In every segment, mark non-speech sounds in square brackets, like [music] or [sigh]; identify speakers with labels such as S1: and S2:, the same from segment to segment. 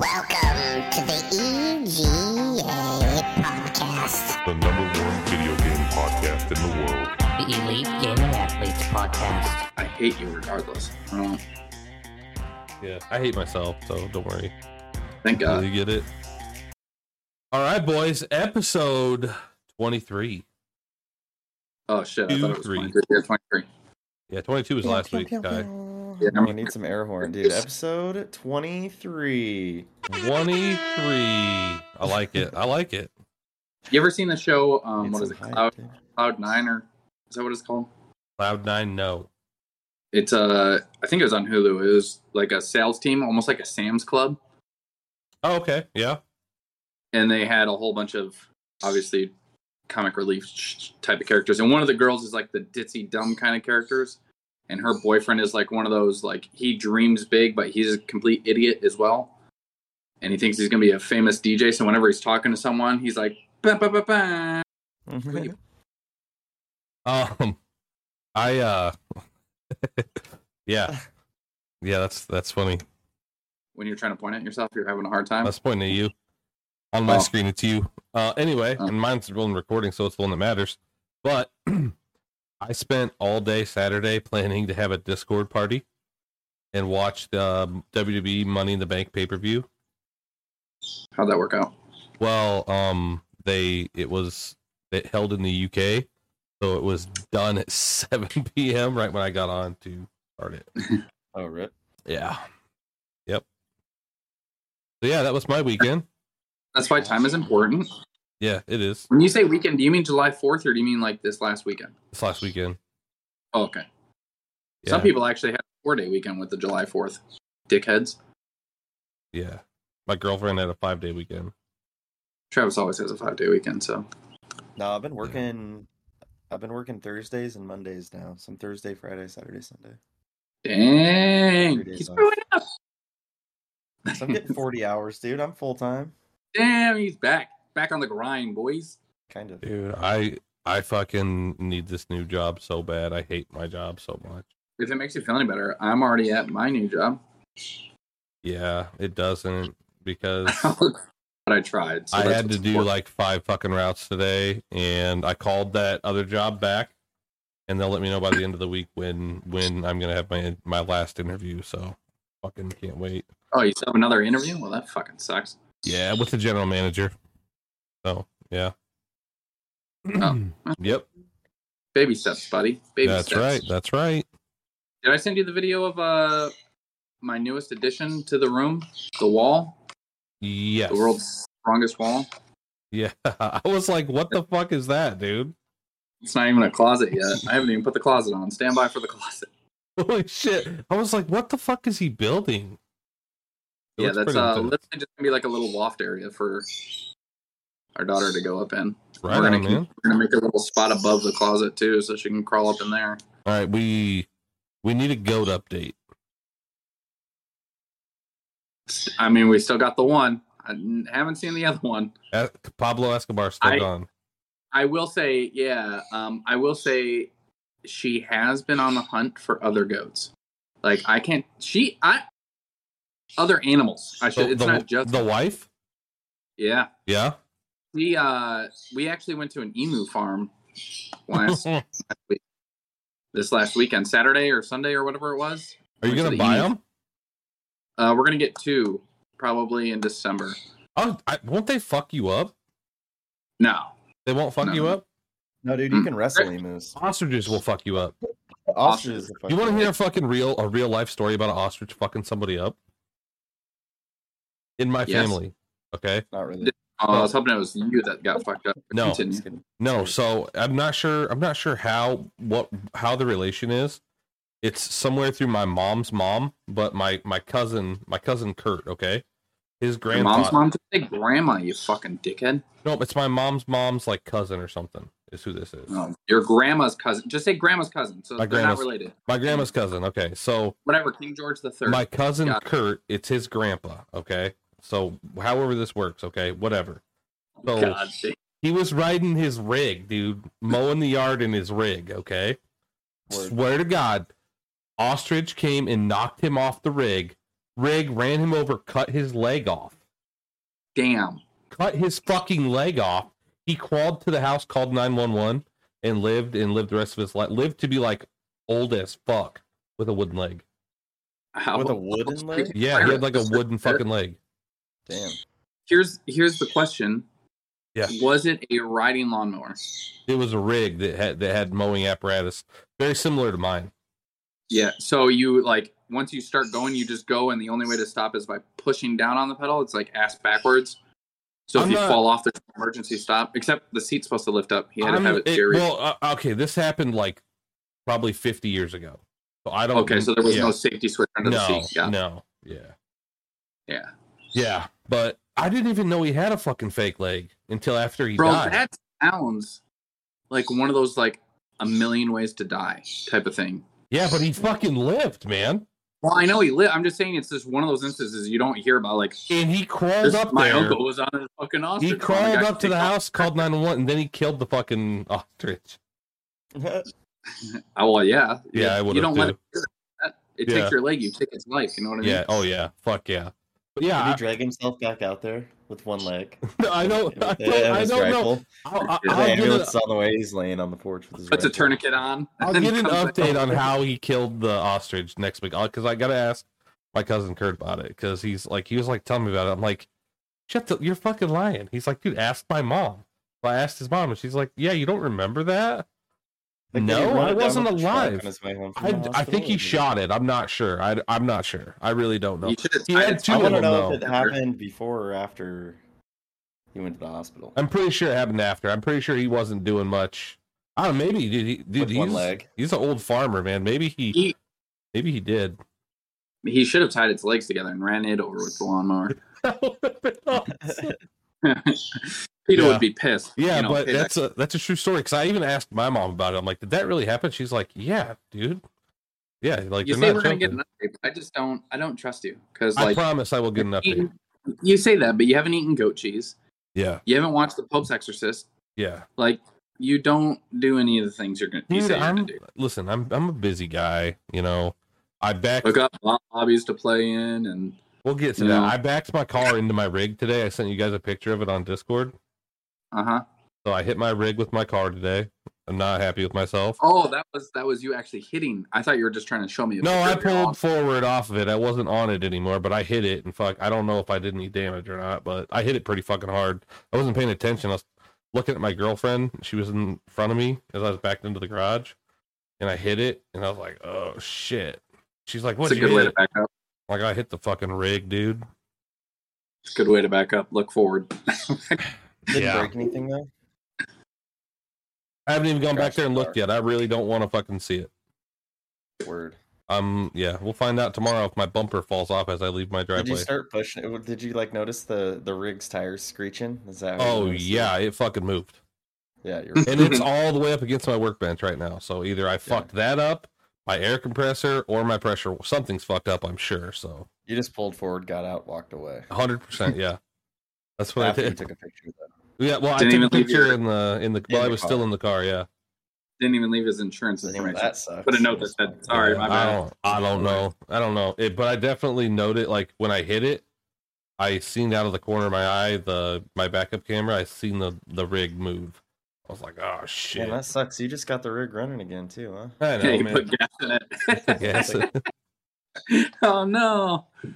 S1: Welcome to the EGA podcast.
S2: The number one video game podcast in the world.
S3: The Elite Gaming Athletes Podcast.
S4: I hate you regardless. I don't
S5: Yeah, I hate myself, so don't worry.
S4: thank God.
S5: you get it? All right, boys. Episode twenty-three.
S4: Oh shit! I
S5: Two,
S4: thought it was
S5: three.
S4: 23. Yeah, 23.
S5: Yeah, twenty-two was last week, guy.
S4: Yeah,
S5: [laughs]
S6: We need some air horn, dude. Episode 23.
S5: Twenty-three. I like it. I like it.
S4: You ever seen the show? Um,
S6: Need
S4: what is
S6: some
S4: it?
S6: hype,
S4: Cloud,
S6: dude.
S4: Cloud Nine or is that what it's called?
S5: Cloud nine. No.
S4: It's uh, I think it was on Hulu. It was like a sales team, almost like a Sam's Club,
S5: Oh, okay. Yeah.
S4: and they had a whole bunch of obviously comic relief sh- sh- type of characters. And one of the girls is like the ditzy dumb kind of characters, and her boyfriend is like one of those like he dreams big, but he's a complete idiot as well. And he thinks he's gonna be a famous DJ. So whenever he's talking to someone, he's like, "Ba, ba, ba, ba."
S6: Mm-hmm.
S4: you-
S5: Um, I uh, [laughs] yeah, yeah. That's that's funny.
S4: when you're trying to point at yourself, you're having a hard
S5: I
S4: time.
S5: was pointing at you. On my
S4: Oh.
S5: screen, it's you. Uh, anyway,
S4: Oh.
S5: and mine's rolling recording, so it's the one that matters. But [clears throat] I spent all day Saturday planning to have a Discord party and watch the um, WWE Money in the Bank pay per view.
S4: How'd that work out?
S5: Well, um, they it was it held in the UK, so it was done at [laughs] 7 p.m. right when I got on to start it.
S6: Oh, rip.
S5: Yeah. Yep. So yeah, that was my weekend.
S4: That's why time is important.
S5: Yeah, it is.
S4: When you say weekend, do you mean July 4th or do you mean like this last weekend?
S5: This last weekend.
S4: Oh, okay.
S5: Yeah.
S4: Some people actually had a four day weekend with the July 4th. Dickheads.
S5: Yeah. My girlfriend had a five day weekend.
S4: Travis always has a five day weekend, so.
S6: No, I've been working. I've been working Thursdays and Mondays now. Some Thursday, Friday, Saturday, Sunday.
S4: Dang.
S6: Three days
S4: He's
S6: off.
S4: growing up.
S6: So I'm getting
S5: [laughs]
S6: 40 hours, dude. I'm full time.
S4: Damn, he's back. Back on the grind, boys.
S6: Kind of.
S5: Dude, I I fucking need this new job so bad. I hate my job so much.
S4: If it makes you feel any better, I'm already at my new job. [laughs]
S5: Yeah, it doesn't
S4: [laughs]
S5: because
S4: but I tried. so
S5: I
S4: that's
S5: had to
S4: what's
S5: do
S4: important.
S5: like five fucking routes today and I called that other job back and they'll let me know by the end of the week when when I'm gonna have my my last interview, so fucking can't wait.
S4: Oh, you still have another interview? Well, that fucking sucks.
S5: Yeah, with the general manager. So yeah.
S4: Oh.
S5: Yep.
S4: Baby steps, buddy. Baby
S5: That's
S4: steps.
S5: right. That's right.
S4: Did I send you the video of uh my newest addition to the room, the wall,
S5: Yes.
S4: the world's strongest wall?
S5: Yeah. [laughs] I was like, what the fuck is that, dude? [laughs]
S4: It's not even a closet yet. I haven't even put the closet on. Stand by for the closet.
S5: Holy shit. I was like, what the fuck is he building? It
S4: yeah,
S5: looks
S4: that's
S5: pretty
S4: uh,
S5: intense.
S4: literally just gonna be like a little loft area for our daughter to go up in.
S5: right
S4: we're
S5: on,
S4: gonna
S5: man.
S4: keep- We're gonna make a little spot above the closet too, so she can crawl up in there.
S5: All right, we we need a goat update.
S4: I mean, we still got the one. I n- haven't seen the other one.
S5: Uh, Pablo Escobar still
S4: I-
S5: gone.
S4: I will say, yeah, um, I will say she has been on the hunt for other goats. Like I can't she I other animals. I should
S5: The,
S4: it's
S5: the-
S4: not just
S5: the wife.
S4: yeah.
S5: Yeah.
S4: [laughs] We uh we actually went to an emu farm last
S5: [laughs] Are
S4: this last weekend, Saturday or Sunday or whatever it was.
S5: you
S4: Went to
S5: gonna
S4: the E?
S5: buy
S4: emu.
S5: them?
S4: Uh we're gonna get two probably in December.
S5: Oh, I, won't they fuck you up?
S4: No. uh,
S5: They won't fuck
S4: No.
S5: you up.
S6: No, dude, you can wrestle emus.
S5: Ostriches will fuck you up.
S6: Ostriches. the
S5: You want to
S6: fucking-
S5: hear a fucking real a real life story about an ostrich fucking somebody up? In my
S4: Yes.
S5: family, okay.
S6: Not really.
S4: Oh, I was hoping it was you that got fucked up.
S5: No.
S4: Continue.
S6: Just kidding.
S5: No, so I'm not sure. I'm not sure how what how the relation is. It's somewhere through my mom's mom, but my my cousin, my cousin Kurt. Okay, his
S4: Your mom's
S5: grandfather.
S4: mom just say grandma, you fucking dickhead.
S5: No, it's my mom's mom's like cousin or something. Is who this is.
S4: No, your grandma's cousin. Just say grandma's cousin. So
S5: My
S4: they're not
S5: grandma's-
S4: related.
S5: My grandma's cousin. Okay, so
S4: Whatever. King George the Third.
S5: my cousin
S4: Got it.
S5: Kurt. It's his grandpa. Okay, so however this works. Okay, whatever. So
S4: God, see,
S5: he was riding his rig, dude, mowing the yard in his rig. Okay.
S6: Word.
S5: Swear to God, ostrich came and knocked him off the rig, rig ran him over, cut his leg off,
S4: Damn.
S5: cut his fucking leg off. He crawled to the house, called nine one one, and lived and lived the rest of his life. Lived to be like old as fuck with a wooden leg.
S4: How-
S6: With a wooden leg?
S5: Yeah, he had like a wooden fucking leg.
S6: Damn.
S5: [laughs]
S6: [laughs]
S4: Here's here's the question.
S5: Yeah.
S4: Was it a riding lawnmower?
S5: It was a rig that had that had mowing apparatus, very similar to mine.
S4: Yeah. So you like once you start going, you just go, and the only way to stop is by pushing down on the pedal. It's like ass backwards. So if
S5: I'm
S4: you
S5: not-
S4: fall off, there's an emergency stop. Except the seat's supposed to lift up. He had to
S5: I'm-
S4: have it
S5: it-
S4: series.
S5: well, uh, okay, this happened like probably 50 years ago. So I don't.
S4: okay, so there was
S5: yeah.
S4: no safety switch under the
S5: no,
S4: seat. Yeah.
S5: no, yeah,
S4: Yeah.
S5: yeah. But I didn't even know he had a fucking fake leg until after he
S4: Bro,
S5: died.
S4: that sounds like one of those like a million ways to die type of thing.
S5: Yeah, but he fucking lived, man,
S4: Well, I know he lit. I'm just saying it's just one of those instances you don't hear about. Like
S5: and he crawled
S4: this,
S5: up
S4: my
S5: there.
S4: uncle was on a fucking ostrich.
S5: he
S4: farm and
S5: crawled
S4: got
S5: up to the
S4: kicked off.
S5: house, called 911, and then he killed the fucking ostrich.
S4: Oh well, yeah,
S5: Yeah, I would've
S4: You don't let
S5: too.
S4: it. do that. It
S5: Yeah.
S4: takes your leg. You take its life. You know what I mean?
S5: Yeah. Oh yeah. Fuck yeah. But
S6: Did he
S5: yeah,
S6: drag himself back out there with one leg?
S5: Ah. [laughs] I, I don't. I
S6: With-
S5: don't,
S6: with
S5: I
S6: his
S5: don't know.
S6: rifle?
S5: I'll,
S4: The
S5: I'll, I'll
S6: the
S5: get
S6: ambulance
S5: a-
S6: is on the way. He's laying on the porch with his.
S4: Puts a
S6: rifle.
S4: tourniquet on. [laughs]
S5: I'll
S4: and then
S5: get an
S4: comes back.
S5: update on how he killed the ostrich next week because I gotta ask my cousin Kurt about it because he's like he was like telling me about it. I'm like, shut the, you're fucking lying. He's like, dude, ask my mom. So I asked his mom and she's like, yeah, you don't remember that?
S6: Like, did he
S5: no,
S6: run it
S5: I
S6: down
S5: wasn't
S6: with a truck
S5: alive.
S6: on his way home from
S5: I,
S6: the
S5: I think
S6: hospital,
S5: he
S6: or did
S5: shot it. I'm not sure. I, I'm not sure. I really don't know.
S4: You should've
S5: He
S4: tied
S5: had
S4: it
S5: two
S6: I
S4: to him.
S5: of
S6: want
S5: them.
S6: to know
S5: though.
S6: if it happened before or after he went to the hospital.
S5: I'm pretty sure it happened after. I'm pretty sure he wasn't doing much. I don't know. Maybe dude, he, dude,
S6: With one
S5: he's,
S6: leg.
S5: he's an old farmer, man. Maybe he
S4: He-
S5: maybe he did. [laughs]
S4: He should have tied its legs together and ran it over with the lawnmower. [laughs] Peter
S5: Yeah.
S4: would be pissed.
S5: Yeah,
S4: you know,
S5: but
S4: payback.
S5: that's a that's a true story. Because I even asked my mom about it. I'm like, did that really happen? She's like, yeah, dude. Yeah, like
S4: you
S5: they're
S4: say
S5: not
S4: we're gonna get
S5: joking.
S4: an update. but I just don't. I don't trust you because
S5: I
S4: like
S5: promise I will get an
S4: you've
S5: update.
S4: eaten- you say that, but you haven't eaten goat cheese.
S5: Yeah,
S4: You haven't watched The Pope's Exorcist.
S5: yeah.
S4: Like you don't do any of the things you're gonna. You
S5: Dude,
S4: say you're gonna
S5: I'm
S4: do.
S5: listen. I'm I'm a busy guy. You know, I backed.
S4: Look up lo- lobbies to play in, and
S5: We'll get to
S4: you
S5: that.
S4: know.
S5: I backed my car into my rig today. I sent you guys a picture of it on Discord.
S4: uh huh.
S5: So I hit my rig with my car today. I'm not happy with myself.
S4: Oh, that was that was you actually hitting. I thought you were just trying to show me. A
S5: No,
S4: picture
S5: I
S4: of your
S5: pulled
S4: arm.
S5: forward off of it. I wasn't on it anymore, but I hit it and fuck. I don't know if I did any damage or not, but I hit it pretty fucking hard. I wasn't paying attention. I was looking at my girlfriend. She was in front of me as I was backed into the garage, and I hit it, and I was like, "Oh shit!" She's like,
S4: It's
S5: "What?"
S4: a
S5: you
S4: good way
S5: hit?"
S4: to back up.
S5: Like I hit the fucking rig, dude.
S4: It's a good way to back up. Look forward. [laughs]
S6: Didn't
S5: Yeah.
S6: break anything though.
S5: I haven't even gone back
S6: Crashed
S5: there and
S6: the
S5: looked
S6: car.
S5: yet. I really don't want to fucking see it.
S6: Word.
S5: Um, yeah, we'll find out tomorrow if my bumper falls off as I leave my
S6: Did you
S5: driveway.
S6: start pushing? it? Did you like notice the the rig's tires screeching? Is that? how you
S5: Oh
S6: noticed it?
S5: yeah, it fucking moved.
S6: Yeah.
S5: [laughs]
S6: You're
S5: and it's
S4: Mm-hmm.
S5: all the way up against my workbench right now. So either I fucked that up, my air compressor, or my pressure. Something's fucked up, I'm sure. So
S6: you just pulled forward, got out, walked away.
S4: [laughs]
S5: 100%, yeah. That's what
S6: After
S5: I
S6: you
S5: did.
S6: took a picture. Though.
S5: yeah, well, I
S4: Didn't
S5: took a
S4: even leave
S5: picture
S4: your-
S5: in the in the
S6: in
S5: while I
S6: the
S5: was
S6: car.
S5: still in the car. Yeah,
S4: Didn't even leave his insurance
S6: So anyway,
S4: information.
S6: that sucks.
S4: Put a note that said, "Sorry,
S5: Yeah,
S4: my
S5: I
S4: bad."
S5: don't, I don't know. I don't know. It, but I definitely noted like when I hit it, I seen out of the corner of my eye the my backup camera. I seen the the rig move. I was like, oh shit.
S6: Man, that sucks. You just got the rig running again too, huh?
S5: I know,
S4: Yeah, [laughs] you
S5: man. [laughs]
S4: put gas in it.
S5: Yes.
S4: oh no!
S5: yeah.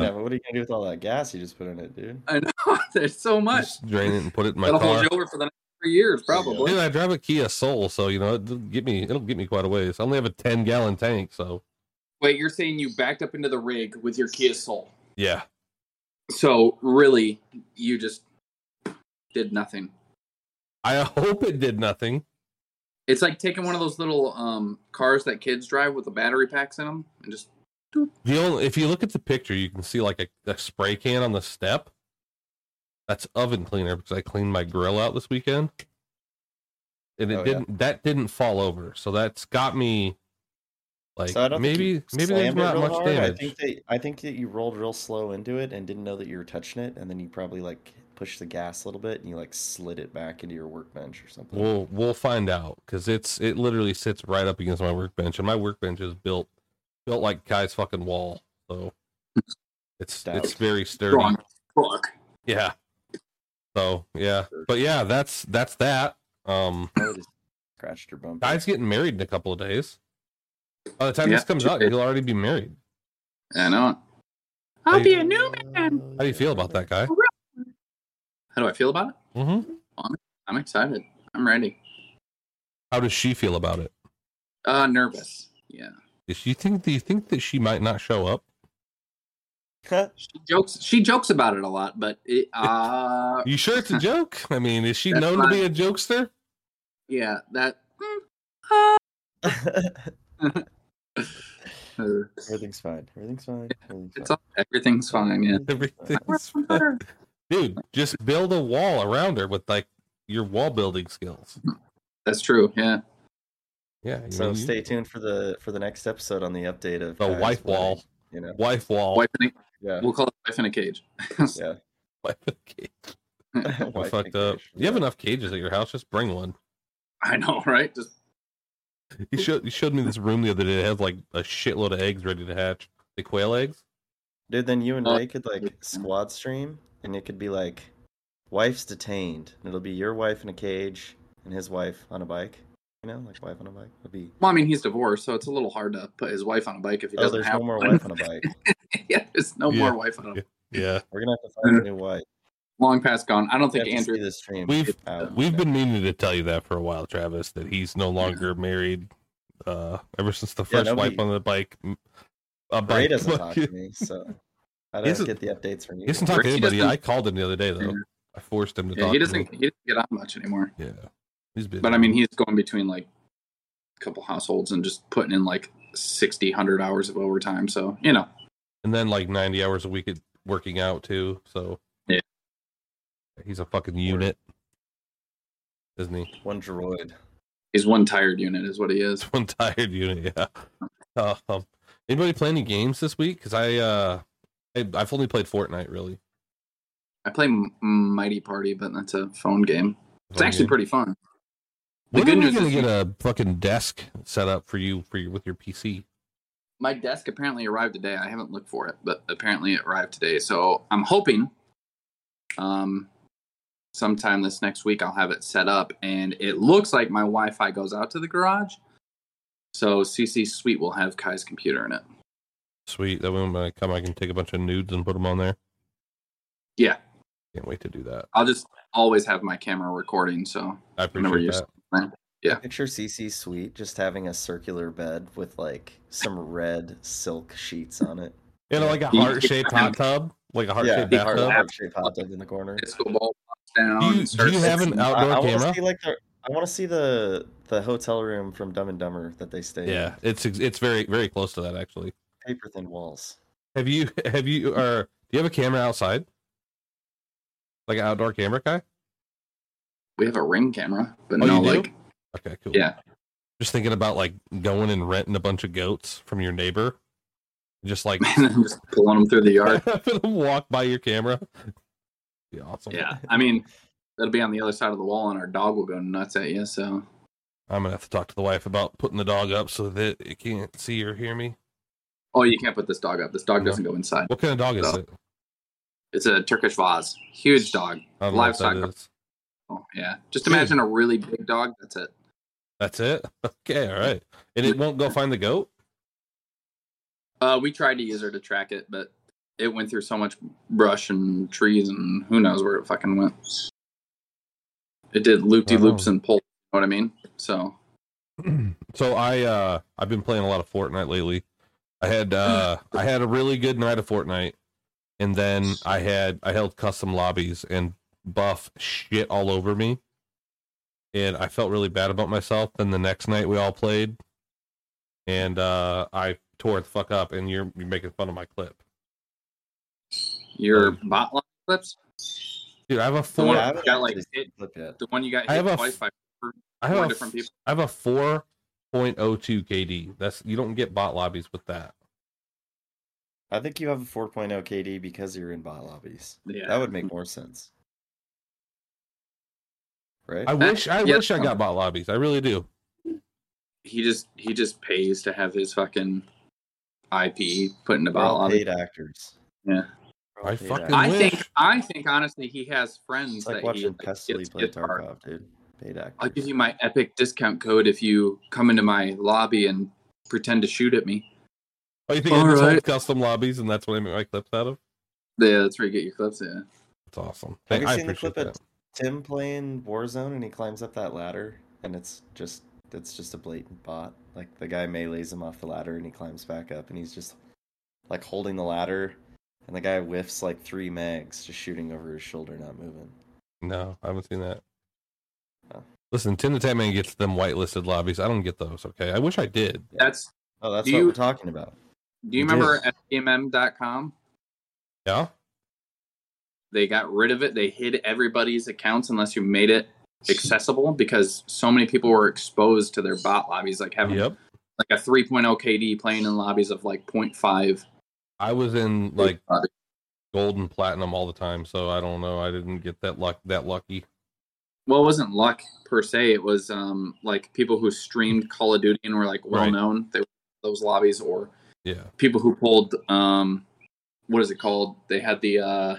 S6: Yeah, but what are you gonna do with all that gas you just put in it, dude?
S4: I know. [laughs] There's so much.
S5: Just drain it and put it in my
S4: That'll
S5: car.
S4: hold you over for the next three years,
S6: There you go.
S4: probably.
S5: Dude, I drive a Kia Soul, so you know it'll get me. It'll get me quite a ways. I only have a ten gallon tank, so
S4: Wait, you're saying you backed up into the rig with your Kia Soul?
S5: yeah,
S4: So really, you just did nothing.
S5: I hope it did nothing.
S4: It's like taking one of those little um, cars that kids drive with the battery packs in them, and just
S5: The only if you look at the picture, you can see like a, a spray can on the step. That's oven cleaner because I cleaned my grill out this weekend, and it
S6: Oh, yeah.
S5: didn't. That didn't fall over, so that's got me. Like
S6: So I don't think
S5: maybe
S6: you
S5: maybe there's
S6: slammed it
S5: not
S6: real
S5: much
S6: hard.
S5: damage.
S6: I think that I think that you rolled real slow into it and didn't know that you were touching it, and then you probably like pushed the gas a little bit and you like slid it back into your workbench or something.
S5: We'll we'll find out because it's it literally sits
S4: [laughs]
S5: right up against my workbench, and my workbench is built built like Kai's fucking wall. So It's
S6: Stout.
S5: it's very sturdy.
S4: Strong book.
S5: Yeah. So yeah, but yeah, that's that's that. Um,
S6: Oh, just scratched your bumper. [laughs]
S5: Di's getting married in a couple of days. By the time
S4: Yeah,
S5: this comes
S4: she
S5: out,
S4: is.
S5: he'll already be married.
S4: I know.
S5: How
S4: I'll
S5: do
S4: be
S5: you-
S4: a new man.
S5: How do you feel about that guy?
S4: How do I feel about it?
S5: Mm-hmm.
S4: I'm excited. I'm ready.
S5: How does she feel about it?
S4: Uh, nervous. Yeah.
S5: Does she think? Do you think that she might not show up?
S4: She jokes. She jokes about it a lot, but it, [laughs] uh,
S5: You
S4: [laughs]
S5: sure it's a joke? I mean, is she
S4: That's
S5: known
S4: fine.
S5: to be a jokester?
S4: yeah, that. mm, uh,
S6: Everything's fine. Everything's fine. Everything's
S4: it's
S6: fine.
S4: all, everything's fine. Yeah.
S5: [laughs] Everything's dude. Just build a wall around her with like your wall building skills.
S4: That's true. Yeah.
S5: Yeah. you know,
S6: So
S5: you-
S6: stay tuned for the for the next episode on the update of
S5: mm-hmm. The
S6: Kai's
S5: wife
S6: wedding,
S5: wall.
S6: You know,
S5: Wife wall.
S4: Wife in a,
S6: yeah.
S4: we'll call it wife in a cage.
S5: [laughs]
S4: [laughs]
S5: Wife in a cage.
S6: [laughs]
S5: I
S6: Wife
S5: fucked up.
S6: decoration,
S5: You have
S6: yeah.
S5: enough cages at your house. Just bring one.
S4: I know, right? Just
S5: You showed you showed me this room the other day. It has like a shitload of eggs ready to hatch. The quail eggs.
S6: Dude, then you and
S4: Uh,
S6: Ray could like squad stream, and it could be like, "Wife's detained," and it'll be your wife in a cage and his wife on a bike. You know, like wife on a bike. It'll be
S4: well, I mean, he's divorced, so it's a little hard to put his wife on a bike if he
S6: oh,
S4: doesn't
S6: there's
S4: have [laughs]
S6: no more
S4: one.
S6: wife on a bike.
S4: yeah, there's no
S5: Yeah.
S4: more wife on a
S5: Yeah,
S6: We're gonna have to find a new wife.
S4: long past gone. I don't
S6: We
S4: think
S6: have to see
S4: Andrew.
S6: this stream. Uh,
S5: We've-
S6: out.
S5: we've been meaning to tell you that for a while, Travis. That he's no longer married. Uh, ever since the
S6: Yeah,
S5: first
S6: nobody-
S5: wife on the bike, a
S6: Ray
S5: bike. [laughs]
S6: doesn't talk to me, so I
S5: He doesn't-
S6: don't get the updates from you.
S5: he doesn't talk to
S4: Ray
S5: anybody.
S4: doesn't-
S5: I called him the other day though. I forced him to
S4: Yeah,
S5: talk.
S4: he
S5: to
S4: doesn't.
S5: me.
S4: He doesn't get on much anymore.
S5: Yeah, he's busy.
S4: But I mean, he's going between like a couple households and just putting in like 60, 100 hours of overtime. So, you know,
S5: and then like ninety hours a week at working out too. So
S4: Yeah.
S5: he's a fucking unit, isn't he? [laughs]
S6: One droid.
S4: he's one tired unit, is what he is.
S5: one tired unit. Yeah. Uh, Um, anybody play any games this week? Because I, uh, I I've only played Fortnite really.
S4: I play M- Mighty Party, but that's a phone game. It's actually pretty fun. The
S5: Oh, When
S4: good
S5: are we
S4: news
S5: gonna
S4: is
S5: get a fucking desk set up for you for your, with your PC?
S4: my desk apparently arrived today. I haven't looked for it, but apparently it arrived today. So I'm hoping, um, sometime this next week I'll have it set up. And it looks like my Wi-Fi goes out to the garage, so CC Suite will have Kai's computer in it.
S5: Sweet. That way when I come, I can take a bunch of nudes and put them on there.
S4: Yeah,
S5: Can't wait to do that.
S4: I'll just always have my camera recording. So
S5: I
S4: Whenever
S5: appreciate
S4: you-
S5: that.
S6: Picture CC Sweet just having a circular bed with like some red silk sheets on it.
S5: You know, like a
S4: You-
S5: heart shaped hot tub, like a heart
S6: Yeah,
S5: shaped
S6: the
S5: bathtub.
S6: heart shaped hot tub in the corner.
S4: disco ball pops down.
S5: Do you-
S4: and
S5: do
S4: starts-
S5: you have an
S6: I-
S5: outdoor
S6: I,
S5: camera?
S6: want to see like the, I want to see the the hotel room from Dumb and Dumber that they stay.
S5: Yeah, it's it's very very close to that actually.
S6: in. paper thin walls.
S5: Have you [laughs] have you or do you have a camera outside? Like an outdoor camera guy?
S4: We have a ring camera, but
S5: Oh,
S4: no,
S5: you do?
S4: like [laughs]
S5: Okay, cool.
S4: yeah,
S5: just thinking about like going and renting a bunch of goats from your neighbor just like [laughs]
S4: and I'm just pulling them through the yard.
S5: having them walk by your camera be awesome
S4: Yeah, I mean, that'll be on the other side of the wall, and our dog will go nuts at you. So
S5: i'm gonna have to talk to the wife about putting the dog up so that it can't see or hear me
S4: Oh, you can't put this dog up. This dog
S5: No.
S4: doesn't go inside.
S5: what kind of dog is
S4: No.
S5: it
S4: It's a Turkish Vaz. Huge dog.
S5: I don't know what
S4: Livestock.
S5: that is.
S4: Oh, yeah. Just imagine a really big dog. That's it.
S5: that's it [laughs] okay all right and it won't go find the goat
S4: Uh, we tried to use her to track it, but it went through so much brush and trees and who knows where it fucking went. It did loop de loops
S5: Wow.
S4: and pull. You know what I mean? So,
S5: so i uh i've been playing a lot of fortnite lately i had uh
S4: [laughs]
S5: i had a really good night of fortnite and then i had i held custom lobbies and buff shit all over me and i felt really bad about myself then the next night we all played and uh i tore it the fuck up and you're you're making fun of my clip
S4: your
S5: Um,
S4: bot line clips?
S5: dude i have a
S4: The
S5: four
S4: one
S6: Yeah,
S4: you
S6: I haven't
S4: got, like,
S6: actually
S4: hit,
S6: Flip yet.
S4: the one you got hit
S5: I have a
S4: twice
S5: f-
S4: by
S5: i have
S4: four
S5: a
S4: different
S5: f-
S4: people.
S5: i have a 4.02 kd that's you don't get bot lobbies with that
S6: I think you have a 4.0 KD because you're in bot lobbies.
S4: Yeah.
S6: That would make more sense, right?
S5: i wish i
S4: yeah.
S5: wish i got bot lobbies i really do
S4: he just he just pays to have his fucking IP putting the
S6: We're
S4: ball
S6: all
S4: on.
S6: paid actors.
S4: Yeah.
S6: We're all
S5: I
S6: paid
S5: fucking
S6: actors.
S4: I
S5: wish.
S4: think I think honestly he has friends
S6: It's like
S4: that he
S6: watching
S4: like,
S6: Kessler
S4: gets
S6: play
S4: gift card.
S6: Tarkov, dude. Paid actors.
S4: I'll give you my epic discount code if you come into my lobby and pretend to shoot at me.
S5: Oh, you think I just
S4: Alright.
S5: have custom lobbies and that's what I make my clips out of?
S4: Yeah, that's where you get your clips. Yeah.
S5: That's awesome.
S6: Have you
S5: I
S6: seen the clip
S5: appreciate
S6: of
S5: that.
S6: Tim playing Warzone and he climbs up that ladder and it's just it's just a blatant bot. Like the guy melees him off the ladder and he climbs back up and he's just like holding the ladder and the guy whiffs like three mags just shooting over his shoulder, not moving.
S5: No, I haven't seen that.
S6: Oh.
S5: Listen, Tim the Tatman gets them whitelisted lobbies. I don't get those. Okay, I wish I did.
S4: That's.
S6: Oh, that's
S4: Do
S6: what
S4: you-
S6: we're talking about.
S4: Do you
S5: It
S4: remember
S5: is.
S4: at PMM.com?
S5: Yeah,
S4: They got rid of it. They hid everybody's accounts unless you made it accessible because so many people were exposed to their bot lobbies, like having
S5: yep.
S4: like a 3.0 KD playing in lobbies of like 0.5.
S5: I was in like
S4: Uh,
S5: gold and platinum all the time, so I don't know. I didn't get that luck that lucky.
S4: well, it wasn't luck per se. It was um like people who streamed Call of Duty and were like well
S5: Right.
S4: known. They were in those lobbies or
S5: Yeah,
S4: people who pulled um what is it called they had the uh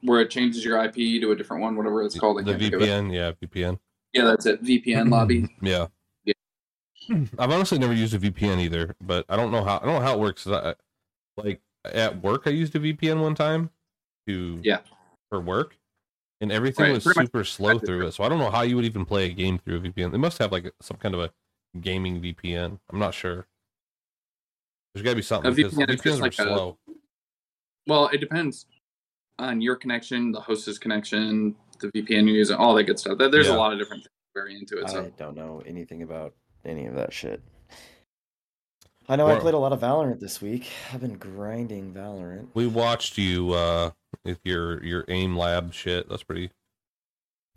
S4: where it changes your ip to a different one whatever it's called I
S5: the
S4: can't think of it.
S5: VPN. Yeah, VPN.
S4: yeah that's it vpn
S5: [clears throat]
S4: lobby
S5: Yeah.
S4: Yeah.
S5: [laughs] I've honestly never used a VPN either, but I don't know how I don't know how it works. 'cause I, like at work, I used a VPN one time to
S4: Yeah.
S5: for work, and everything
S4: Right,
S5: was
S4: pretty much
S5: super slow through it. So I don't know how you would even play a game through a VPN. They must have like some kind of a gaming VPN. I'm not sure. There's got to be
S4: A
S5: something. 'cause
S4: VPN is
S5: VPNs
S4: just
S5: are
S4: like a-
S5: slow.
S4: well it depends on your connection the host's connection the vpn you use and all that good stuff There- there's a
S5: Yeah.
S4: lot of different things very into it
S6: I
S4: so
S6: don't know anything about any of that shit. I know I
S5: Well-
S6: played a lot of Valorant this week. I've been grinding Valorant.
S5: We watched you uh with your your aim lab shit. That's pretty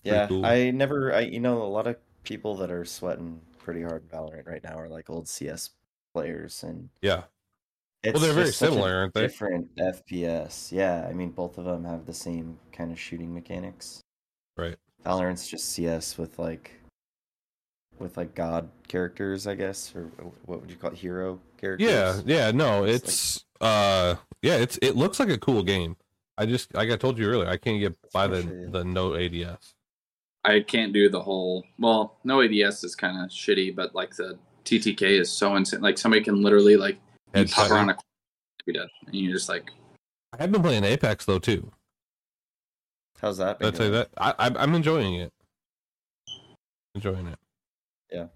S5: Pretty
S6: Yeah,
S5: cool.
S6: I never, I you know, a lot of people that are sweating pretty hard in Valorant right now are like old CS players, and
S5: yeah.
S6: it's
S5: well, they're very
S6: just such a
S5: similar, aren't they?
S6: different FPS. Yeah, I mean, both of them have the same kind of shooting mechanics.
S5: Right.
S6: Valorant's just CS with like, with like god characters, I guess, or uh, what would you call it, hero characters?
S5: Yeah, yeah, no,
S6: It's like-
S5: it's uh yeah, it's it looks like a cool game. I just like I told you earlier, I can't get by the
S6: frustrating.
S5: the no ADS.
S4: i can't do the whole well no ads is kind of shitty but like the ttk is so insane like somebody can literally like you pop
S5: Headshot.
S4: around a corner, you're dead. and you're just like
S5: I have been playing Apex though too.
S6: How's that? been
S5: I'd say
S6: going?
S5: that I, I I'm enjoying it. Enjoying it.
S6: Yeah.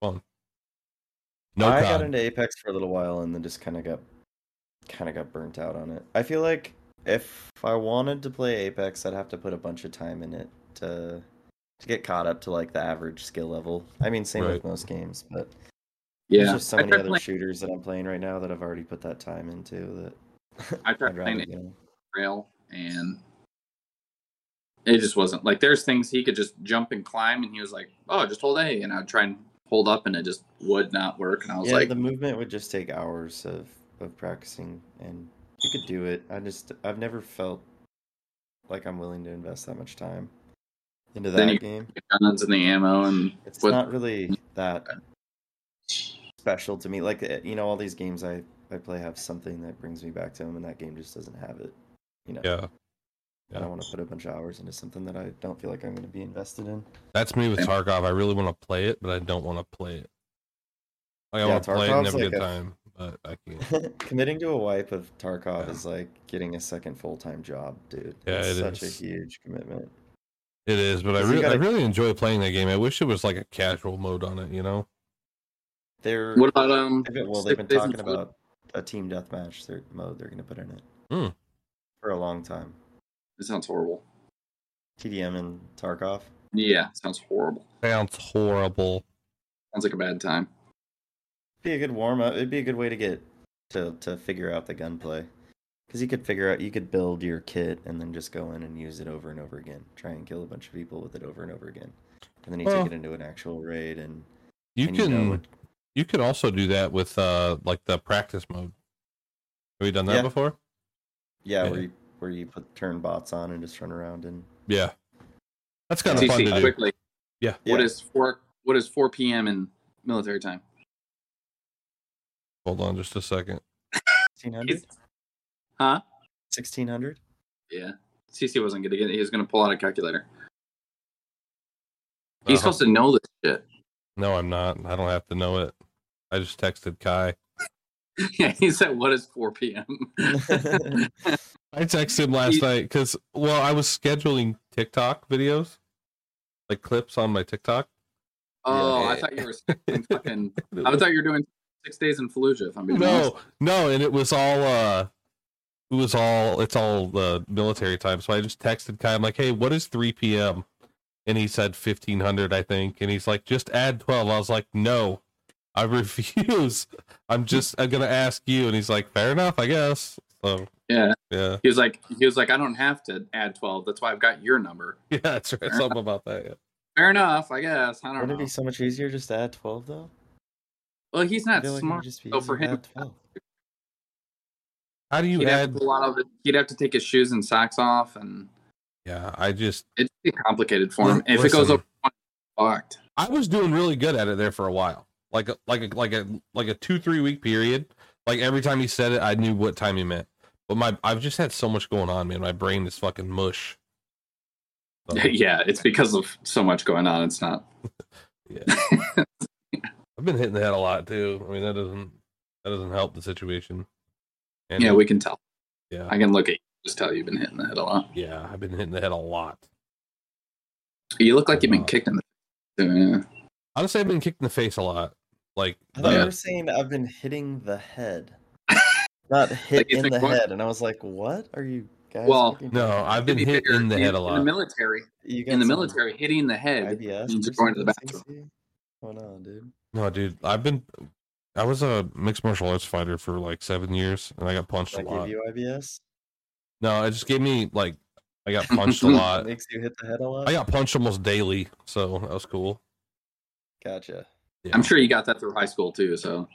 S5: Fun. No
S6: I
S5: I
S6: got into Apex for a little while and then just kind of got kind of got burnt out on it. I feel like if I wanted to play Apex, I'd have to put a bunch of time in it to to get caught up to like the average skill level. I mean, same
S5: Right.
S6: with most games, but
S4: yeah
S6: there's just so
S4: I
S6: many
S4: tried
S6: other
S4: playing-
S6: shooters that I'm playing right now that I've already put that time into that
S4: I tried playing
S6: get on.
S4: rail and it just wasn't like there's things he could just jump and climb and he was like oh just hold a and i would try and hold up and it just would not work and i was
S6: Yeah,
S4: like
S6: the movement would just take hours of of practicing, and you could do it. I just I've never felt like I'm willing to invest that much time into
S4: Then
S6: that
S4: you-
S6: game.
S4: the guns and the ammo and
S6: It's
S4: what-
S6: not really that special to me. Like eh, you know, all these games I I play have something that brings me back to them, and that game just doesn't have it. You know,
S5: Yeah.
S6: I
S5: yeah.
S6: don't want to put a bunch of hours into something that I don't feel like I'm going to be invested in. [laughs]
S5: That's me with Tarkov. I really want to play it, but I don't want to play it. Like I
S6: Yeah,
S5: want to play it and
S6: Tarkov's
S5: have a
S6: like
S5: good
S6: a-
S5: time, but I can't.
S6: Committing to a wipe of Tarkov
S5: Yeah.
S6: is like getting a second full time job, dude.
S5: Yeah,
S6: it's
S5: it
S6: such
S5: is.
S6: a huge commitment.
S5: It is, but I
S6: 'Cause you
S5: really, I
S6: gotta-
S5: really enjoy playing that game. I wish it was like a casual mode on it, you know?
S6: They're
S4: what about um
S6: they've been- well,
S4: Six
S6: they've been
S4: Days in
S6: talking
S4: Florida?
S6: about a team deathmatch their mode they're going to put in it
S5: Hmm.
S6: for a long time.
S4: it sounds horrible
S6: TDM and Tarkov.
S4: yeah it sounds horrible
S5: Sounds horrible.
S4: sounds like a bad time
S6: Be a good warm up. It'd be a good way to get to to figure out the gunplay because you could figure out you could build your kit and then just go in and use it over and over again. Try and kill a bunch of people with it over and over again, and then you
S5: Well-
S6: take it into an actual raid and
S5: You
S6: and
S5: can
S6: know
S5: you,
S6: what-
S5: can also do that with uh like the practice mode. Have you done that
S6: Yeah.
S5: before?
S6: yeah,
S5: Yeah.
S6: where you where you put turn bots on and just run around and
S5: Yeah. That's kind of fun
S4: TC,
S5: to do.
S4: quickly
S5: Yeah.
S4: what
S6: Yeah.
S4: is four what is 4 p.m in military time
S5: Hold on just a second.
S6: 1600?
S4: Huh?
S6: [laughs]
S4: [laughs]
S6: 1600?
S4: Yeah. CC wasn't gonna get it. He was gonna pull out a calculator. He's
S5: Uh-huh.
S4: supposed to know this shit. [laughs]
S5: No, I'm not. I don't have to know it. I just texted Kai.
S4: yeah, he said, "What is 4 p.m.?"
S6: [laughs]
S5: I texted him last
S4: You-
S5: night because well, I was scheduling TikTok videos, like clips on my TikTok.
S4: [laughs] oh, I
S5: Yeah.
S4: thought you were doing fucking. I thought you were doing six days in Fallujah. If I'm being honest.
S5: no, no, and it was all uh, it was all it's all the military time. So I just texted Kai. I'm like, hey, what is 3 p.m. And he said 1500, I think. And he's like, just add 12. I was like, no, I [laughs] refuse. I'm just I'm gonna ask you. And he's like, fair enough, I guess. So
S4: Yeah,
S5: yeah, [laughs]
S4: he was like, he was like, "I don't have to add 12. That's why I've got your number."
S5: yeah, that's right. Something about that. Yeah.
S4: Fair enough, I guess. I don't
S6: Wouldn't it
S4: know.
S6: be so much easier just to add 12 though?
S4: Well, he's
S6: I
S4: not
S6: feel like it would
S4: smart.
S6: just be
S4: so for
S6: easier
S4: him-
S6: to add 12.
S5: How do you
S4: He'd have
S5: add?
S4: to pull out of it. He'd have to take his shoes and socks off, and
S5: Yeah, I just
S4: it'd be complicated for him.
S5: Li-
S4: If it goes
S5: listen.
S4: over, one, fucked. [laughs]
S5: I was doing really good at it there for a while. Like a, like a, like a like a 2 3 week period. Like every time he said it I knew what time he meant. But my I've just had so much going on, man. My brain is fucking mush. So,
S4: [laughs] yeah, it's because of so much going on. It's not.
S5: I've been hitting the head a lot too. I mean, that doesn't that doesn't help the situation. And
S4: Yeah, we can tell.
S5: yeah.
S4: I can look at you. Just tell you've been hitting the head a lot.
S5: yeah, I've been hitting the head a lot.
S4: You look like you've been kicked in the. Yeah.
S5: Honestly, I've been kicked in the face a lot. Like
S6: I thought
S4: Yeah.
S6: you were saying I've been hitting
S4: [laughs]
S6: the head. Not hit
S4: Like you
S6: in
S4: think
S6: the
S4: what?
S6: head. And I was like, what are you guys?
S4: Well,
S6: fucking
S5: no,
S6: doing?
S5: I've been
S4: To be
S5: hit
S4: fair,
S5: in the head a
S4: In
S5: lot.
S4: the military,
S6: You got
S4: in the
S6: some
S4: military, hitting the head.
S6: IBS
S4: means
S6: or
S4: you're going to the
S6: something, CC? What's going on, dude?
S5: No, dude, I've been I was a mixed martial arts fighter for like 7 years and I got punched
S6: Did
S5: a
S6: I
S5: lot.
S6: give you IBS?
S5: No, it just gave me like I got punched a lot.
S6: makes you hit the head a lot?
S5: I got punched almost daily, so that was cool.
S6: Gotcha.
S5: Yeah.
S4: I'm sure you got that through high school too. So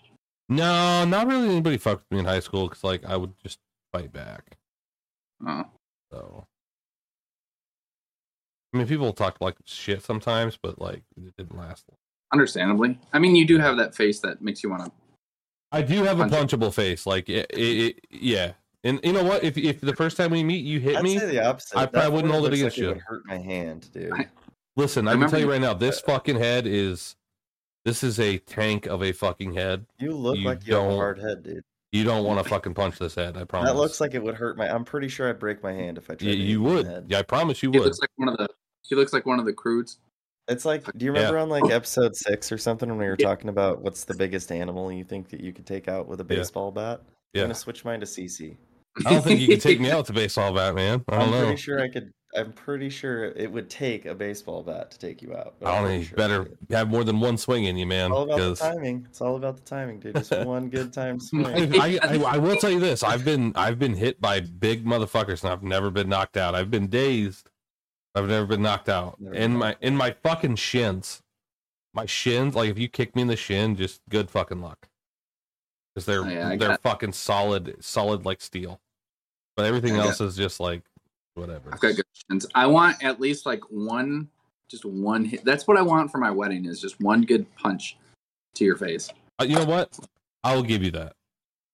S5: No, not really. Anybody fucked with me in high school because like I would just fight back.
S4: uh,
S5: So, I mean, people talk like shit sometimes, but like it didn't last. long.
S4: understandably, I mean, you do have that face that makes you want to.
S5: I do have a
S4: Punch-
S5: punchable face. Like it, it, it, yeah. And you know what? If if the first time we meet, you hit
S6: I'd
S5: me.
S6: say the opposite.
S5: I
S6: That
S5: probably wouldn't
S6: one
S5: hold it against
S6: looks like
S5: you.
S6: Would hurt my hand, dude.
S4: I-
S5: Listen, I,
S4: I
S5: can
S4: remember
S5: tell you
S4: you-
S5: right now, this fucking head is. This is a tank of a fucking head.
S6: You look
S5: You
S6: like you have a
S5: don't-
S6: hard head, dude.
S5: You don't want to fucking punch this head. I promise.
S6: That looks like it would hurt my. I'm pretty sure I'd break my hand if I tried.
S5: Yeah,
S6: to hit
S5: you
S6: my
S5: would.
S6: head.
S5: Yeah, I promise you
S4: He
S5: would.
S4: looks like one of the. He looks like one of the crudes.
S6: It's like, do you
S5: Yeah. Oh.
S6: remember on like episode six or something when we were
S4: Yeah.
S6: talking about what's the biggest animal you think that you could take out with a
S5: Yeah.
S6: baseball bat? I'm
S5: Yeah.
S6: gonna switch mine to CC.
S5: I don't think you can take me out with a baseball bat, man. I
S6: I'm
S5: don't know.
S6: pretty sure I could. I'm pretty sure it would take a baseball bat to take you out. but
S5: I
S6: I'm
S5: don't
S6: pretty
S5: know. You
S6: sure it
S5: better
S6: could.
S5: have more than one swing in you, man.
S6: It's all about the
S5: 'cause
S6: timing. It's all about the timing, dude.
S5: [laughs]
S6: Just one good time swing.
S5: I, I, I will tell you this: I've been I've been hit by big motherfuckers, and I've never been knocked out. I've been dazed. I've never been knocked out
S6: Never
S5: in
S6: been
S5: my in my fucking shins. My shins, like if you kick me in the shin, just good fucking luck, because they're
S4: Oh, yeah, I
S5: they're
S4: got-
S5: fucking solid, solid like steel. But everything
S4: I got-
S5: else is just like whatever.
S4: I've got good shins. I want at least like one, just one hit. That's what I want for my wedding is just one good punch to your face.
S5: Uh, you know what? I will give you that.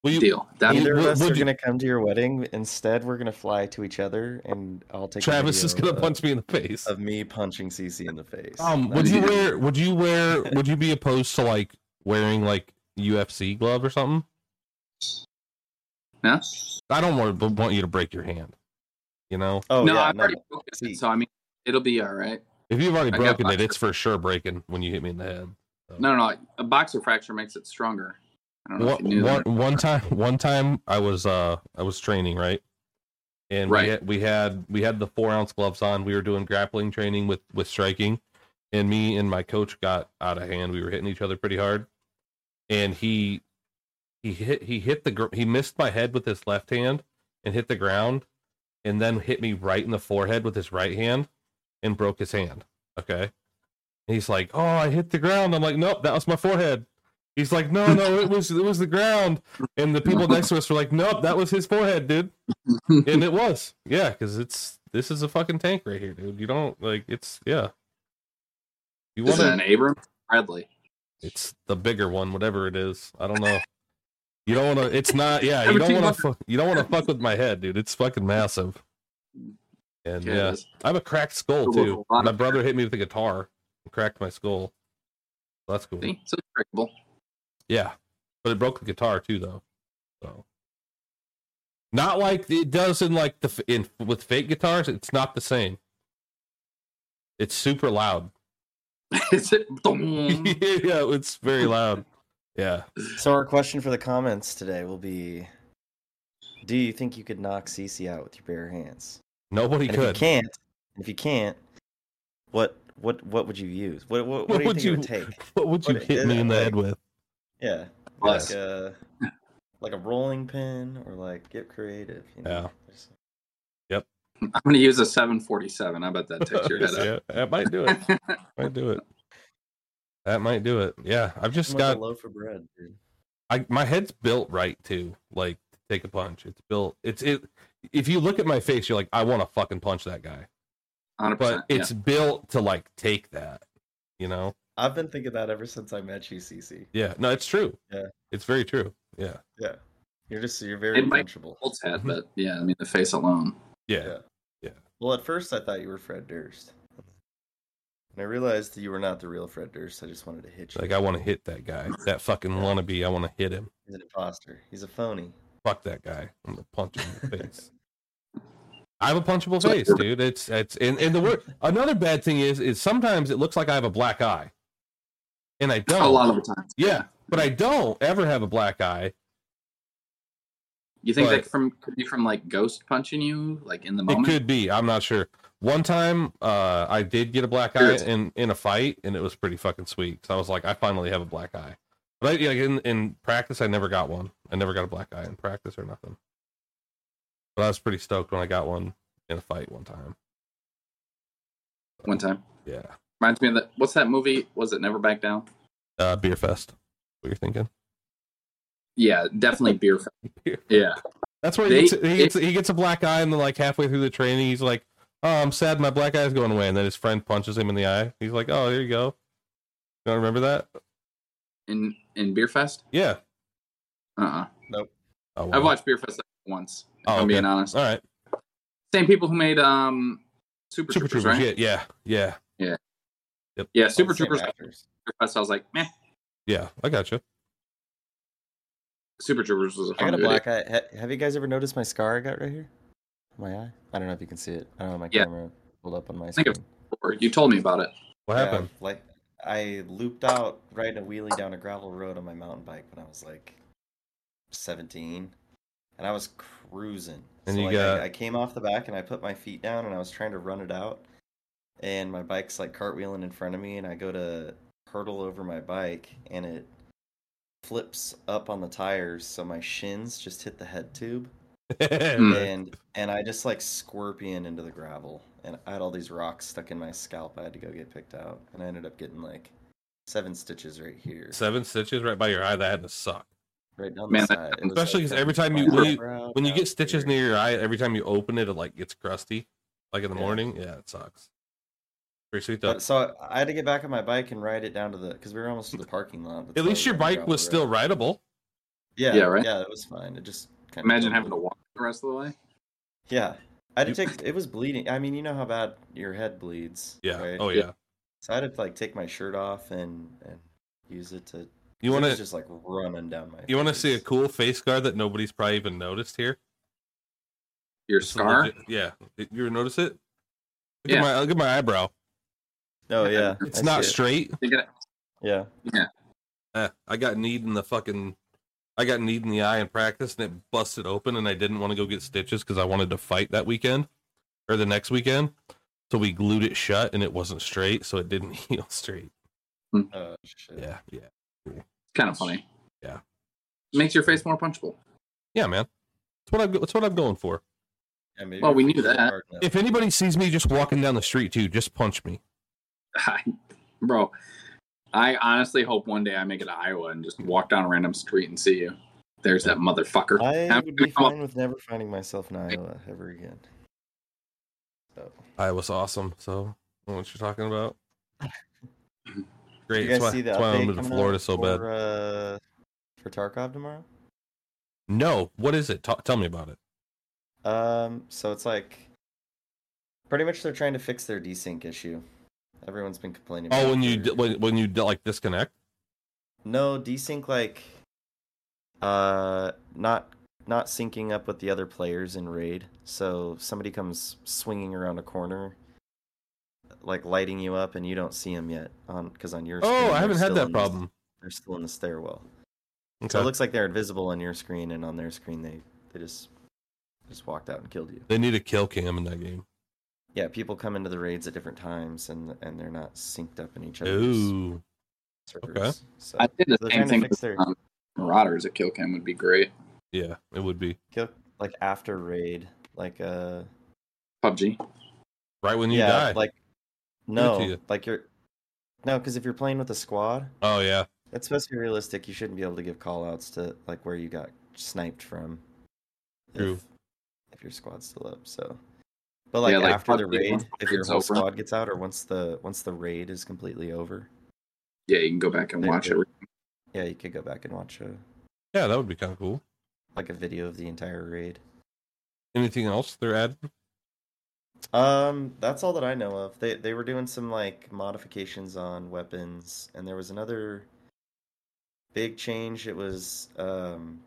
S5: Will you,
S4: Deal. That
S5: You-
S6: Neither of
S5: would-
S6: us
S5: would
S6: are
S5: you-
S6: gonna come to your wedding. Instead, we're gonna fly to each other, and I'll take. a
S5: Travis is
S6: video
S5: gonna
S6: of-
S5: punch me in the face.
S6: of me punching CC in the face.
S5: Um,
S6: That
S5: would you
S6: would be-
S5: wear? Would you wear?
S6: [laughs]
S5: Would you be opposed to like wearing like UFC glove or something?
S4: no,
S5: I don't want but want you to break your hand. You know,
S6: Oh
S4: no,
S6: yeah,
S4: I've
S6: no,
S4: already
S6: no.
S4: broken it, so I mean, it'll be all right.
S5: if you've already
S4: I got
S5: broken
S4: my-
S5: it, it's for sure breaking when you hit me in the head.
S4: No, no, no. A boxer fracture makes it stronger. I don't know if you
S5: One,
S4: knew
S5: one,
S4: that.
S5: one time, one time, I was uh, I was training right, and
S4: Right.
S5: we had, we had we had the four ounce gloves on. We were doing grappling training with with striking, and me and my coach got out of hand. We were hitting each other pretty hard, and he he hit he hit the gr- he missed my head with his left hand and hit the ground, and then hit me right in the forehead with his right hand, and broke his hand. Okay, and he's like, "Oh, I hit the ground." I'm like, "Nope, that was my forehead." He's like, "No, no, it was it was the ground." And the people next to us were like, "Nope, that was his forehead, dude." And it was, yeah, because it's this is a fucking tank right here, dude. You don't like it's yeah. You
S4: Is
S5: want
S4: it an
S5: to?
S4: Abrams? Bradley.
S5: It's the bigger one, whatever it is. I don't know. You don't want to. It's not. Yeah, you don't
S4: Everything
S5: want
S4: else-
S5: to. Fu- you don't want to fuck with my head, dude. It's fucking massive. And
S4: Yeah, it
S5: yeah,
S4: is.
S5: I have a cracked skull
S4: There was
S5: too.
S4: a lot
S5: My
S4: of-
S5: brother hit me with a guitar and cracked my skull. That's cool.
S4: See, so it's breakable. [laughs]
S5: Yeah, but it broke the guitar too, though. So, not like it does in like the f- in with fake guitars. It's not the same. It's super loud. [laughs]
S4: Is it?
S5: yeah, [laughs]
S4: Dong.
S5: it's very loud. Yeah,
S6: So our question for the comments today will be: Do you think you could knock CC out with your bare hands?
S5: nobody
S6: And
S5: could.
S6: If you can't, if you can't, what what what would you use? What what, what, do you
S5: What
S6: think it
S5: would
S6: would take?
S5: What would you
S6: What-
S5: hit me in the head with?
S6: Yeah, like
S4: Plus.
S6: a like a rolling pin or like get creative. You know?
S5: Yeah.
S6: There's-
S4: I'm gonna use a 747. I bet that takes
S5: [laughs]
S4: your head up.
S5: yeah, that might do it. [laughs] might do it. That might do it. Yeah, I've just
S6: I'm like
S5: got
S6: a loaf of bread, dude.
S5: I my head's built right too. Like to take a punch. It's built. It's it. If you look at my face, you're like, I want to fucking punch that guy.
S4: 100.
S5: But
S4: percent yeah.
S5: it's built to like take that. You know?
S6: I've been thinking that ever since I met you, CC.
S5: Yeah. No, it's true.
S6: Yeah.
S5: It's very true. Yeah.
S6: Yeah, you're just you're very
S4: It might-
S6: punchable.
S4: Colts hat,
S5: Mm-hmm.
S4: but yeah, I mean the face alone.
S5: Yeah.
S6: Yeah.
S5: Yeah.
S6: Well, at first I thought you were Fred Durst. And I realized that you were not the real Fred Durst. I just wanted to hit you.
S5: Like I want to hit that guy. That fucking wannabe. I want to hit him.
S6: He's an imposter. He's a phony.
S5: Fuck that guy. I'm gonna punch him in the
S4: [laughs]
S5: face. I have a punchable face, dude. It's it's and, and the word another bad thing is is sometimes it looks like I have a black eye. And I don't
S4: A lot of the time.
S5: Yeah, but I don't ever have a black eye.
S4: You think
S5: But-
S4: that from could be from like ghost punching you like in the
S5: It
S4: moment?
S5: could be. I'm not sure. One time, uh, I did get a black eye
S4: Good.
S5: in in a fight, and it was pretty fucking sweet. So I was like, I finally have a black eye. But I, like in in practice, I never got one. I never got a black eye in practice or nothing. But I was pretty stoked when I got one in a fight one time.
S4: One time
S5: Yeah,
S4: reminds me of that. What's that movie? Was it Never Back Down?
S5: uh, beer fest. What you're thinking?
S4: Yeah,
S5: [laughs]
S4: definitely beer.
S5: Beer.
S4: Yeah,
S5: That's where
S4: They-
S5: he, gets, he gets he gets a black eye, and then like halfway through the training, he's like, "Oh, I'm sad, my black eye's going away." And then his friend punches him in the eye. He's like, "Oh, there you go." You don't remember that?
S4: in in beer fest.
S5: Yeah.
S4: Uh. uh
S5: Oh,
S4: I've
S5: wow.
S4: watched beer fest like once. If
S5: Oh,
S4: I'm being
S5: okay.
S4: honest.
S5: All right,
S4: Same people who made um Super,
S5: Super
S4: Troopers,
S5: Troopers.
S4: right?
S5: Yeah, yeah,
S4: Yeah, Super
S6: All the same
S4: Troopers.
S6: actors.
S4: Beer fest. I was like, meh.
S5: yeah, yeah. I got you.
S4: Super Troopers was a
S6: I
S4: fun
S6: got a
S4: movie.
S6: black eye. Ha- have you guys ever noticed my scar I got right here? My eye? I don't know if you can see it. I don't know my
S4: Yeah.
S6: camera pulled up on my
S4: think
S6: screen.
S4: it Or You told me about it.
S5: What
S6: Yeah,
S5: happened? [laughs]
S6: Like I looped out riding a wheelie down a gravel road on my mountain bike when I was like 17, and I was cruising.
S5: And
S6: so
S5: you
S6: like, I-
S5: got-
S6: I, came off the back and I put my feet down and I was trying to run it out, and my bike's like cartwheeling in front of me, and I go to hurdle over my bike and it flips up on the tires, so my shins just hit the head tube
S4: Hmm.
S6: and and I just like scorpion into the gravel, and I had all these rocks stuck in my scalp. I had to go get picked out, and I ended up getting like seven stitches right here,
S5: Seven stitches right by your eye. That had to suck.
S6: right down
S4: Man,
S6: the
S4: that-
S6: side. It was,
S5: Especially
S6: like,
S5: 'cause every time you-
S6: fucking
S5: when you-
S6: fibro
S5: When you
S6: out
S5: get stitches
S6: here.
S5: near your eye, every time you open it, it like gets crusty. Like in the
S6: Yeah.
S5: morning, yeah, it sucks. Pretty sweet though.
S6: But, so I had to get back on my bike and ride it down to the because we were almost to the parking lot. That's
S5: At
S6: why
S5: least
S6: we
S5: your
S6: were on the
S5: bike was
S6: gravel
S5: still
S6: road.
S5: rideable.
S6: yeah,
S4: Yeah, right?
S6: Yeah, it was fine. It just kind
S4: Imagine having to walk the rest of the way.
S6: Yeah, I had to
S4: You-
S6: take. It was bleeding. I mean, you know how bad your head bleeds.
S5: Yeah.
S6: right?
S5: Oh
S4: Yeah.
S5: yeah.
S6: So I had to like take my shirt off and and use it to
S5: You want to
S6: to just like running down my.
S5: You want to
S6: face.
S5: see a cool face guard that nobody's probably even noticed here?
S4: Your
S5: Just a
S4: scar.
S5: legit- yeah. Did You notice it? Look,
S4: Yeah.
S5: at my, look at my eyebrow.
S6: Oh yeah,
S5: It's
S6: I
S5: not
S6: see it.
S5: straight.
S4: They get-
S6: Yeah,
S5: Eh, I got kneed in the fucking. I got kneed in the eye in practice and it busted open, and I didn't want to go get stitches because I wanted to fight that weekend or the next weekend. So we glued it shut and it wasn't straight, so it didn't [laughs] heal straight.
S6: oh shit.
S5: Yeah. Yeah.
S4: It's kind of funny.
S5: Yeah.
S4: Makes your face more punchable. [laughs]
S5: Yeah, man. That's what I'm, that's what I'm going for.
S6: Yeah, maybe
S4: Well,
S6: your
S4: we knew
S6: face isn't
S4: that.
S6: hard enough.
S5: If anybody sees me just walking down the street, too, just punch me.
S4: Bro, I honestly hope one day I make it to Iowa and just walk down a random street and see you. There's that motherfucker.
S6: I
S4: I'm
S6: would
S4: gonna
S6: be
S4: come up-
S6: fine with never finding myself in Iowa ever again. So,
S5: I was awesome. So I know what you're talking about?
S6: Did
S5: Great.
S6: you
S5: That's
S6: guys
S5: why,
S6: see the
S5: that's why I
S6: update
S5: moved to
S6: coming uh,
S5: Florida
S6: out
S5: so
S6: for,
S5: bad.
S6: Uh, for Tarkov tomorrow,
S5: No, what is it? Ta tell me about it.
S6: Um, so it's like pretty much they're trying to fix their desync issue. Everyone's been complaining.
S5: Oh,
S6: about
S5: when you
S6: their-
S5: di- when when you di- like disconnect.
S6: no desync like uh not not syncing up with the other players in raid. So somebody comes swinging around a corner, like lighting you up, and you don't see him yet on because on your
S5: Oh,
S6: screen,
S5: I haven't had
S6: they're still
S5: that
S6: in the-
S5: problem.
S6: they're still in the stairwell. So
S5: Okay.
S6: it looks like they're invisible on your screen, and on their screen they they just just walked out and killed you.
S5: they need a kill cam in that game.
S6: Yeah, people come into the raids at different times, and and they're not synced up in each other's
S5: Ooh.
S6: servers. So
S4: I did the
S6: they're
S4: same
S6: trying to
S4: thing
S6: fix
S4: with
S6: their-
S4: um, Marauders. A kill cam would be great.
S5: Yeah, it would be.
S6: kill, like after raid, like uh,
S4: PUBG.
S5: Right when you
S6: yeah,
S5: die.
S6: like
S5: it to
S6: no,
S5: you.
S6: like you're no, because if you're playing with a squad,
S5: oh yeah.
S6: that's supposed to be realistic. You shouldn't be able to give call outs to like where you got sniped from.
S5: True.
S6: If, if your squad's still up, so. But like,
S4: Yeah, like,
S6: after the
S4: probably once
S6: raid,
S4: the
S6: if your
S4: raid's
S6: whole
S4: over.
S6: squad gets out, or once the once the raid is completely over,
S4: Yeah, you can go back and
S6: They-
S4: watch
S6: they-
S4: it.
S6: yeah, you could go back and watch a
S5: Yeah, that would be kind of cool.
S6: like a video of the entire raid.
S5: Anything else they're adding?
S6: Um, that's all that I know of. They they were doing some like modifications on weapons, and there was another big change. It was um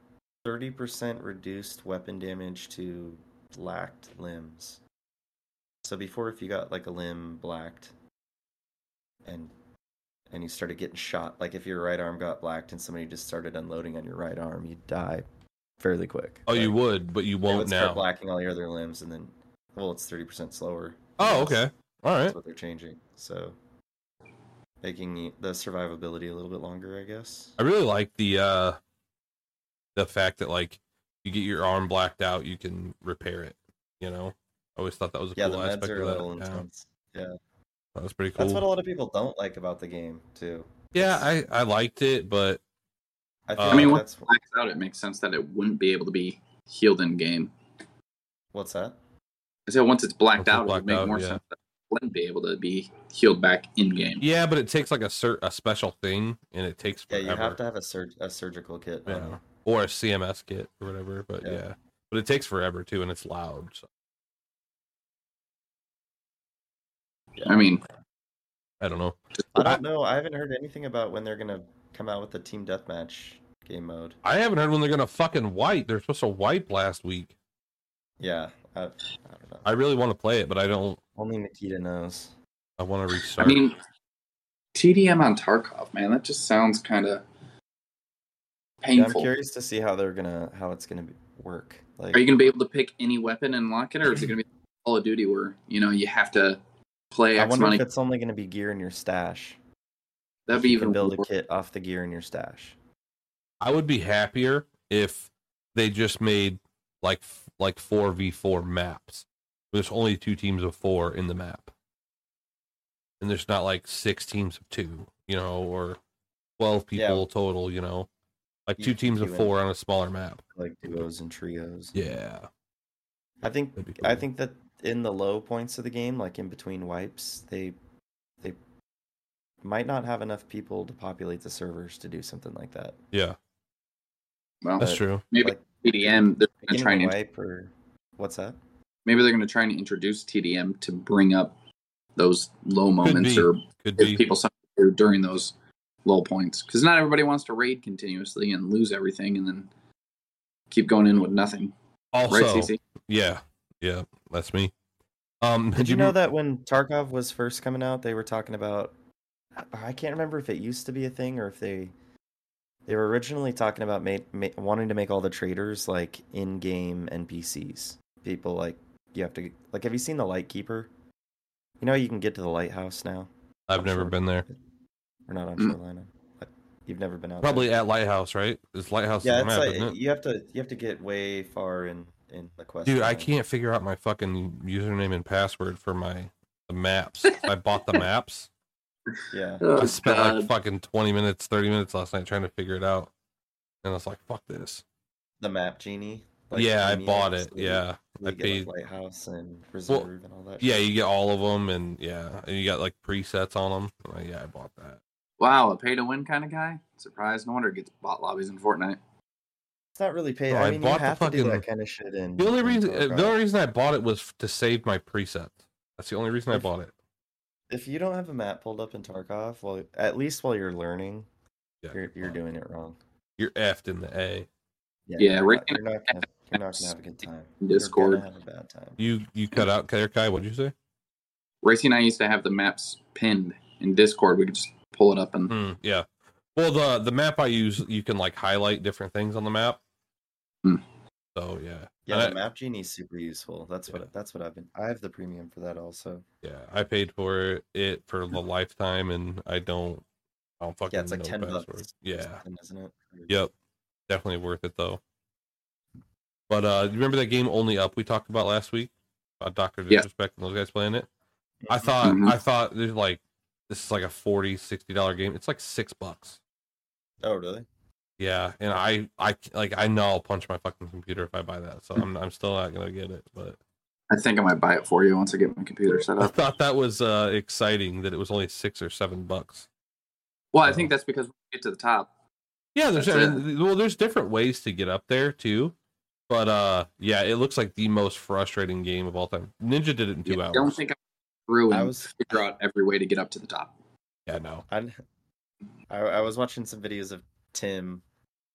S6: thirty percent reduced weapon damage to blacked limbs. So before, if you got like a limb blacked, and and you started getting shot, like if your right arm got blacked and somebody just started unloading on your right arm, you'd die fairly quick.
S5: Oh, you
S6: Like,
S5: would, but you
S6: they
S5: won't
S6: would start
S5: now.
S6: blacking all your other limbs, and then well, it's thirty percent slower.
S5: Oh,
S6: That's-
S5: okay. All
S6: That's
S5: right.
S6: what they're changing. So making the- the survivability a little bit longer, I guess.
S5: I really like the uh the fact that like you get your arm blacked out, you can repair it. You know, I always thought that was a
S6: Yeah, the
S5: cool
S6: meds
S5: aspect
S6: are a
S5: of that.
S6: little
S5: yeah.
S6: intense.
S5: That was pretty cool.
S6: That's what a lot of people don't like about the game too.
S5: yeah, I I liked it, but
S6: I, feel
S5: Uh, I
S6: like
S5: mean,
S4: what-
S6: that's
S4: Blacks out. It makes sense that it wouldn't be able to be healed in game.
S6: what's that?
S4: I said once it's
S5: Once
S4: blacked
S5: it's
S4: out, it
S5: blacked
S4: would make
S5: out,
S4: more
S5: yeah.
S4: sense. That it wouldn't be able to be healed back in game.
S5: yeah, but it takes like a cert a special thing, and it takes
S6: Yeah,
S5: forever.
S6: you have to have a surg- a surgical kit. on
S5: Yeah.
S6: you.
S5: or a CMS kit or whatever. But yeah.
S6: Yeah.
S5: but it takes forever too, and it's loud. So
S4: I mean,
S5: I don't know.
S6: I don't know. I haven't heard anything about when they're gonna come out with the team deathmatch game mode.
S5: I haven't heard when they're gonna fucking wipe. They're supposed to wipe last week.
S6: Yeah, I, I don't know.
S5: I really want to play it, but I don't.
S6: Only Nikita knows.
S5: I want to restart.
S4: I mean, TDM on Tarkov, man, that just sounds kind of
S6: Yeah, I'm
S4: painful.
S6: curious to see how they're gonna how it's gonna be, work. Like,
S4: Are you going to be able to pick any weapon and lock it, or is it going to be Call of Duty where you know you have to play
S6: I
S4: X
S6: wonder
S4: money?
S6: if it's only gonna be gear in your stash.
S4: That'd
S6: if
S4: be
S6: you can
S4: even
S6: build a
S4: worse.
S6: kit off the gear in your stash.
S5: I would be happier if they just made like f- like four v four maps. There's only two teams of four in the map, and there's not like six teams of two, you know, or twelve
S6: Yeah.
S5: people total, you know, like
S6: You
S5: two
S6: could
S5: teams
S6: do
S5: of
S6: it.
S5: four on a smaller map.
S6: Like duos and trios.
S5: Yeah,
S6: I think
S5: That'd be
S6: I
S5: cool.
S6: think that in the low points of the game, like in between wipes, they they might not have enough people to populate the servers to do something like that.
S5: yeah,
S4: Well,
S5: that's
S6: But-
S5: true.
S4: maybe
S6: uh, like-
S4: TDM. They're going to try and
S6: Beginning of
S4: int-
S6: wipe or what's that?
S4: maybe they're going to try and introduce TDM to bring up those low moments
S5: be.
S4: or
S5: Could
S4: give
S5: be.
S4: people something to do during those low points because not everybody wants to raid continuously and lose everything and then keep going in with nothing.
S5: also,
S4: right, CC?
S5: yeah, yeah, that's me. Um,
S6: Did you know that when Tarkov was first coming out, they were talking about I can't remember if it used to be a thing or if they they were originally talking about ma- ma- wanting to make all the traders like in-game NPCs. People like you have to like have you seen the lightkeeper? You know you can get to the lighthouse now.
S5: I've never
S6: Sure.
S5: been there.
S6: We're not on
S4: Mm.
S6: Carolina. But you've never been out there.
S5: Probably at Lighthouse, right? It's Lighthouse
S6: Yeah,
S5: is the
S6: it's
S5: map,
S6: like
S5: isn't it?
S6: you have to you have to get way far in in the quest.
S5: Dude, I
S6: line.
S5: can't figure out my fucking username and password for my the maps. I bought the maps.
S6: Yeah.
S5: I spent
S4: Uh,
S5: like fucking twenty minutes, thirty minutes last night trying to figure it out, and I was like, "Fuck this."
S6: The map genie.
S5: yeah, I
S6: genie
S5: bought
S6: apps
S5: it.
S6: that you-
S5: Yeah,
S6: You
S5: I
S6: get like
S5: paid-
S6: lighthouse and reserve and all that.
S5: yeah,
S6: shit.
S5: you get all of them, and yeah, and you got like presets on them. yeah, I bought that.
S4: Wow, a pay to win kind of guy. Surprise! No wonder it gets bot lobbies in Fortnite.
S6: It's not really paid.
S5: Bro, I
S6: I mean, you
S5: bought the
S6: have to do
S5: fucking-
S6: that kind of shit. In
S5: The only
S6: in
S5: reason uh,
S6: Colorado.
S5: the only reason I bought it was f- to save my preset. That's the only reason I bought it.
S6: if you don't have a map pulled up in Tarkov, well, at least while you're learning,
S5: Yeah,
S6: you're you're
S5: fuck.
S6: doing it wrong.
S5: You're effed in the A.
S4: Yeah,
S6: you're
S4: Rick
S6: not, you're not gonna you're not gonna have
S4: [laughs]
S6: a good time.
S4: Discord.
S6: you're gonna have a bad time.
S5: You you cut out there, Kai. What'd you say?
S4: Racy and I used to have the maps pinned in Discord. We could just pull it up and
S5: Hmm, yeah. Well, the the map I use, you can like highlight different things on the map.
S6: Mm.
S4: Hmm.
S5: So yeah,
S6: Yeah,
S5: And I-
S6: the map genie is super useful. That's what
S5: Yeah.
S6: that's what I've been. I have the premium for that also.
S5: yeah. I paid for it for the lifetime, and I don't. I don't fucking.
S6: Yeah, it's like
S5: know
S6: ten
S5: password.
S6: bucks. or
S5: Yeah.
S6: something, isn't it? Or-
S5: Yep. Definitely worth it though. But uh you remember that game Only Up we talked about last week? About Doctor
S4: Yeah.
S5: Disrespect and those guys playing it? I
S6: Mm-hmm.
S5: thought
S4: Mhm.
S5: I thought there's like this is like a 40 60 dollar game. It's like 6 bucks.
S6: Oh really?
S5: Yeah, and I I like I know I'll punch my fucking computer if I buy that. So I'm I'm still not going to get it, but
S4: I think I might buy it for you once I get my computer set
S5: I
S4: up.
S5: thought that was uh exciting that it was only 6 or 7 bucks.
S4: Well, I think that's because we get to the top.
S5: Yeah, there's
S4: That's
S5: I mean, well, there's different ways to get up there too, but uh, yeah, it looks like the most frustrating game of all time. Ninja did it in two
S4: I
S5: hours.
S4: don't think I'm through
S6: I
S4: and
S6: was-
S4: figure out every way to get up to the top.
S5: Yeah, no.
S6: I, I I was watching some videos of Tim,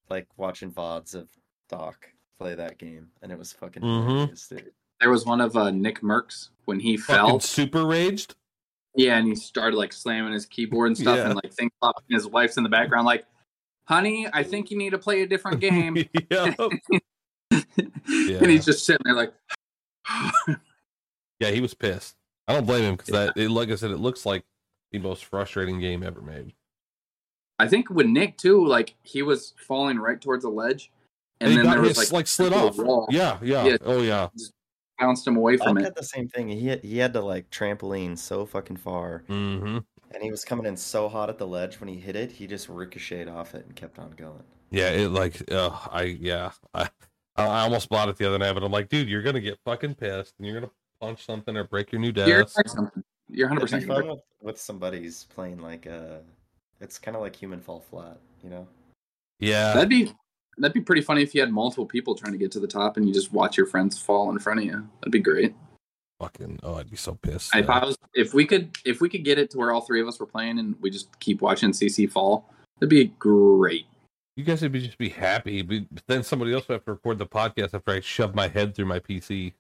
S6: like watching vods of Doc play that game, and it was fucking
S5: Mhm.
S6: hilarious, dude.
S4: There was one of uh, Nick Merckx when he
S5: Fucking
S4: fell.
S5: super raged.
S4: Yeah, and he started like slamming his keyboard and stuff,
S5: Yeah.
S4: and like things up. And his wife's in the background, like, "Honey, I think you need to play a
S5: [laughs]
S4: different game."
S5: yeah.
S4: [laughs] And he's just sitting there, like,
S5: yeah, he was pissed. I don't blame him because that, it, like I said, it looks like the most frustrating game ever made.
S4: I think with Nick too, like he was falling right towards a ledge, and,
S5: And, he
S4: then
S5: got
S4: there was like,
S5: his- like slid
S4: a
S5: off.
S4: wall.
S5: Yeah, yeah,
S4: Yeah.
S5: Oh yeah.
S4: bounced him away
S6: Doc
S4: from it.
S6: had the same thing. He had, he had to like trampoline so fucking far,
S5: hmm
S6: and he was coming in so hot at the ledge when he hit it, he just ricocheted off it and kept on going.
S5: Yeah. It like uh, I yeah I I I almost bought it the other night, but I'm like, dude, you're gonna get fucking pissed and you're gonna punch something or break your new desk.
S4: You're right, something. You're 100
S6: It'd be
S4: percent
S6: fun with, with some buddies playing like uh it's kind of like human fall flat, you know.
S5: Yeah.
S4: That'd be that'd be pretty funny if you had multiple people trying to get to the top, and you just watch your friends fall in front of you. That'd be great.
S5: fucking oh i'd be so pissed
S4: If I was, if we could, if we could get it to where all three of us were playing, and we just keep watching CC fall, that'd be great.
S5: you guys would be just be happy but then somebody else would have to record the podcast after i shove my head through my [laughs] pc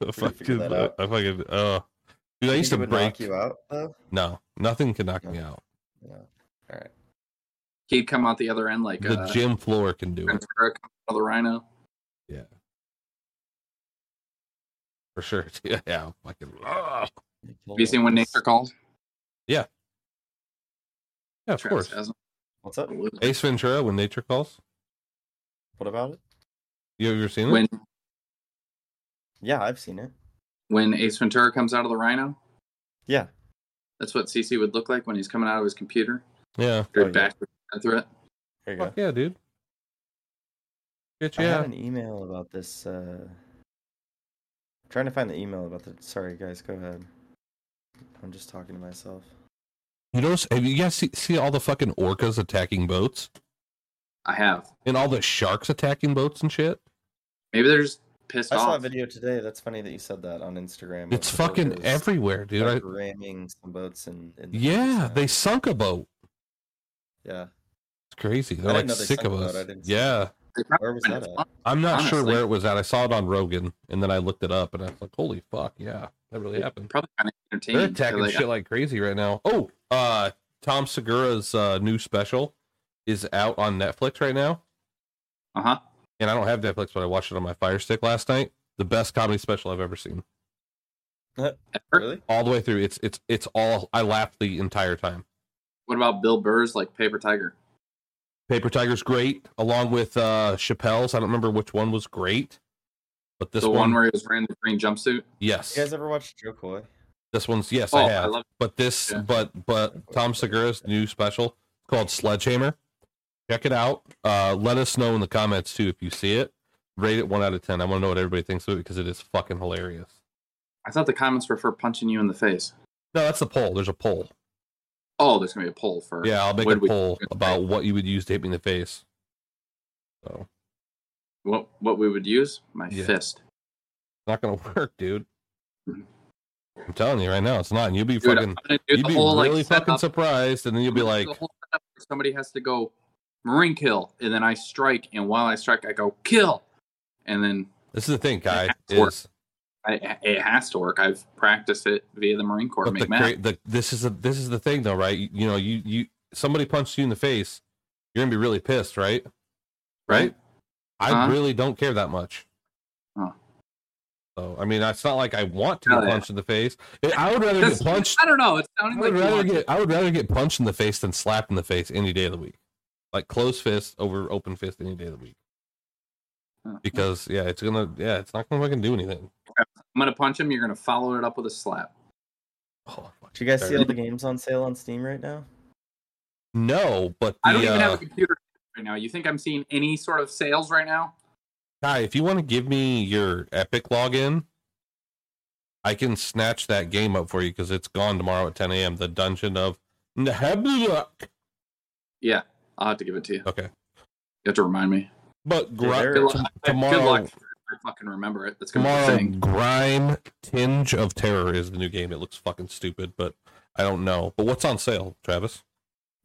S6: figure
S5: fucking,
S6: that
S5: I
S6: out.
S5: fucking oh dude i
S6: Think
S5: used
S6: it
S5: to
S6: would
S5: break
S6: knock you out though.
S5: no nothing could knock me
S6: No.
S5: out
S6: All right.
S4: He'd come out the other end like
S5: the
S4: uh,
S5: gym floor can do it
S4: Ventura coming out of the Rhino.
S5: for sure [laughs] yeah, yeah
S4: [laughs]
S5: fucking oh.
S4: Have you seen when nature calls?
S5: yeah of
S4: Travis
S5: course
S4: hasn't.
S6: What's up?
S5: ace ventura when nature calls
S6: What about it?
S5: you ever seen it
S4: When
S6: Yeah, I've seen it.
S4: when Ace Ventura comes out of the Rhino,
S6: Yeah.
S4: that's what CC would look like when he's coming out of his computer.
S5: yeah
S4: Or
S6: Oh, yeah.
S4: back through it.
S6: There you go.
S5: Fuck yeah dude Bitch,
S6: I had
S5: yeah
S6: an email about this. Uh... Trying to find the email about the. Sorry, guys, go ahead. I'm just talking to myself.
S5: you notice have you guys see, see all the fucking orcas attacking boats
S4: I have.
S5: and all the sharks attacking boats and shit
S4: Maybe they're just pissed
S6: I
S4: off.
S6: saw a video today. That's funny that you said that on Instagram.
S5: It's
S6: of
S5: fucking
S6: orcas,
S5: everywhere, dude. I,
S6: like, ramming some boats in. in the
S5: yeah,
S6: Pacific.
S5: they sunk a boat.
S6: Yeah.
S5: It's crazy. They're
S6: didn't
S5: like
S6: know they
S5: sick
S6: sunk
S5: of
S6: a boat.
S5: us.
S6: I didn't see
S5: Yeah,
S4: They probably
S6: Where was
S4: find
S6: that
S4: it
S6: at?
S4: fun.
S5: I'm not sure
S4: Honestly.
S5: where it was at. I saw it on Rogan, and then I looked it up, and I was like, "Holy fuck, yeah, that really happened."
S4: Probably kind of entertaining.
S5: They're attacking
S4: They're like,
S5: shit like crazy right now. Oh, uh, Tom Segura's uh, new special is out on Netflix right now,
S4: Uh-huh.
S5: and I don't have Netflix, but I watched it on my Fire Stick last night. The best comedy special I've ever seen,
S4: Ever?
S6: Really?
S5: all the way through. It's it's it's all. I laughed the entire time.
S4: What about Bill Burr's like Paper Tiger?
S5: Paper Tiger's great, along with uh Chappelle's. I don't remember which one was great, but this
S4: the
S5: one,
S4: one, where he was wearing the green jumpsuit.
S5: yes,
S6: You guys ever watched Joe Coy?
S5: this one's yes,
S4: oh,
S5: I
S4: I
S5: have.
S4: love
S5: but this,
S4: Yeah.
S5: but but Tom Segura's new special called Sledgehammer. Check it out. Uh Let us know in the comments too if you see it. Rate it one out of ten. I want to know what everybody thinks of it because it is fucking hilarious.
S4: I thought the comments were for punching you in the face.
S5: No, that's the poll. There's a poll.
S4: Oh, there's gonna be a poll for
S5: Yeah, I'll make
S4: what
S5: a
S4: we-
S5: poll about what you would use to hit me in the face. So
S4: what what we would use. My
S5: Yeah.
S4: fist.
S5: it's not gonna [laughs] work, dude. I'm telling you right now, it's not. And you'll be
S4: Mm-hmm. Dude,
S5: fucking,
S4: I'm gonna do
S5: you'll
S4: the
S5: be
S4: whole
S5: really
S4: like
S5: fucking
S4: setup.
S5: surprised, and then you'll be
S4: I'm gonna
S5: like,
S4: do the whole setup where somebody has to go marine kill, and then I strike, and while I strike, I go kill, and then
S5: "This is the thing, guy.
S4: has to work.
S5: Is
S4: I, it has to work. I've practiced it via the Marine Corps.
S5: but the,
S4: Make math.
S5: cra- the this is the this is the thing though, right? You, you know, you you somebody punches you in the face, you're gonna be really pissed, right? Right? I
S4: Uh-huh.
S5: really don't care that much.
S4: Huh.
S5: So I mean, it's not like I want to be
S4: Hell yeah.
S5: punched in the face. I would rather get
S4: That's-
S5: punched
S4: I don't know. It's
S5: I
S4: sounding
S5: would
S4: like you
S5: rather
S4: want-
S5: get I would rather get punched in the face than slapped in the face any day of the week. Like closed fist over open fist any day of the week.
S4: Huh.
S5: Because yeah, it's gonna yeah, it's not gonna fucking do anything.
S4: I'm gonna punch him. You're gonna follow it up with a slap.
S5: Oh, fuck.
S6: Do you guys see
S5: Fair.
S6: all the games on sale on Steam right now?
S5: No, but the,
S4: I don't even
S5: uh,
S4: have a computer right now. You think I'm seeing any sort of sales right now?
S5: Ty, if you want to give me your Epic login, I can snatch that game up for you because it's gone tomorrow at 10 a.m. The Dungeon of Nehebluak.
S4: Yeah, I'll have to give it to you.
S5: Okay,
S4: You have to remind me.
S5: but gr-
S6: there-
S4: Good
S6: Sure.
S4: luck.
S5: Tomorrow-
S4: Good luck. I fucking remember it. That's gonna be
S5: Tomorrow,
S4: a thing.
S5: Grime Tinge of Terror is the new game. It looks fucking stupid, but I don't know. But what's on sale, Travis?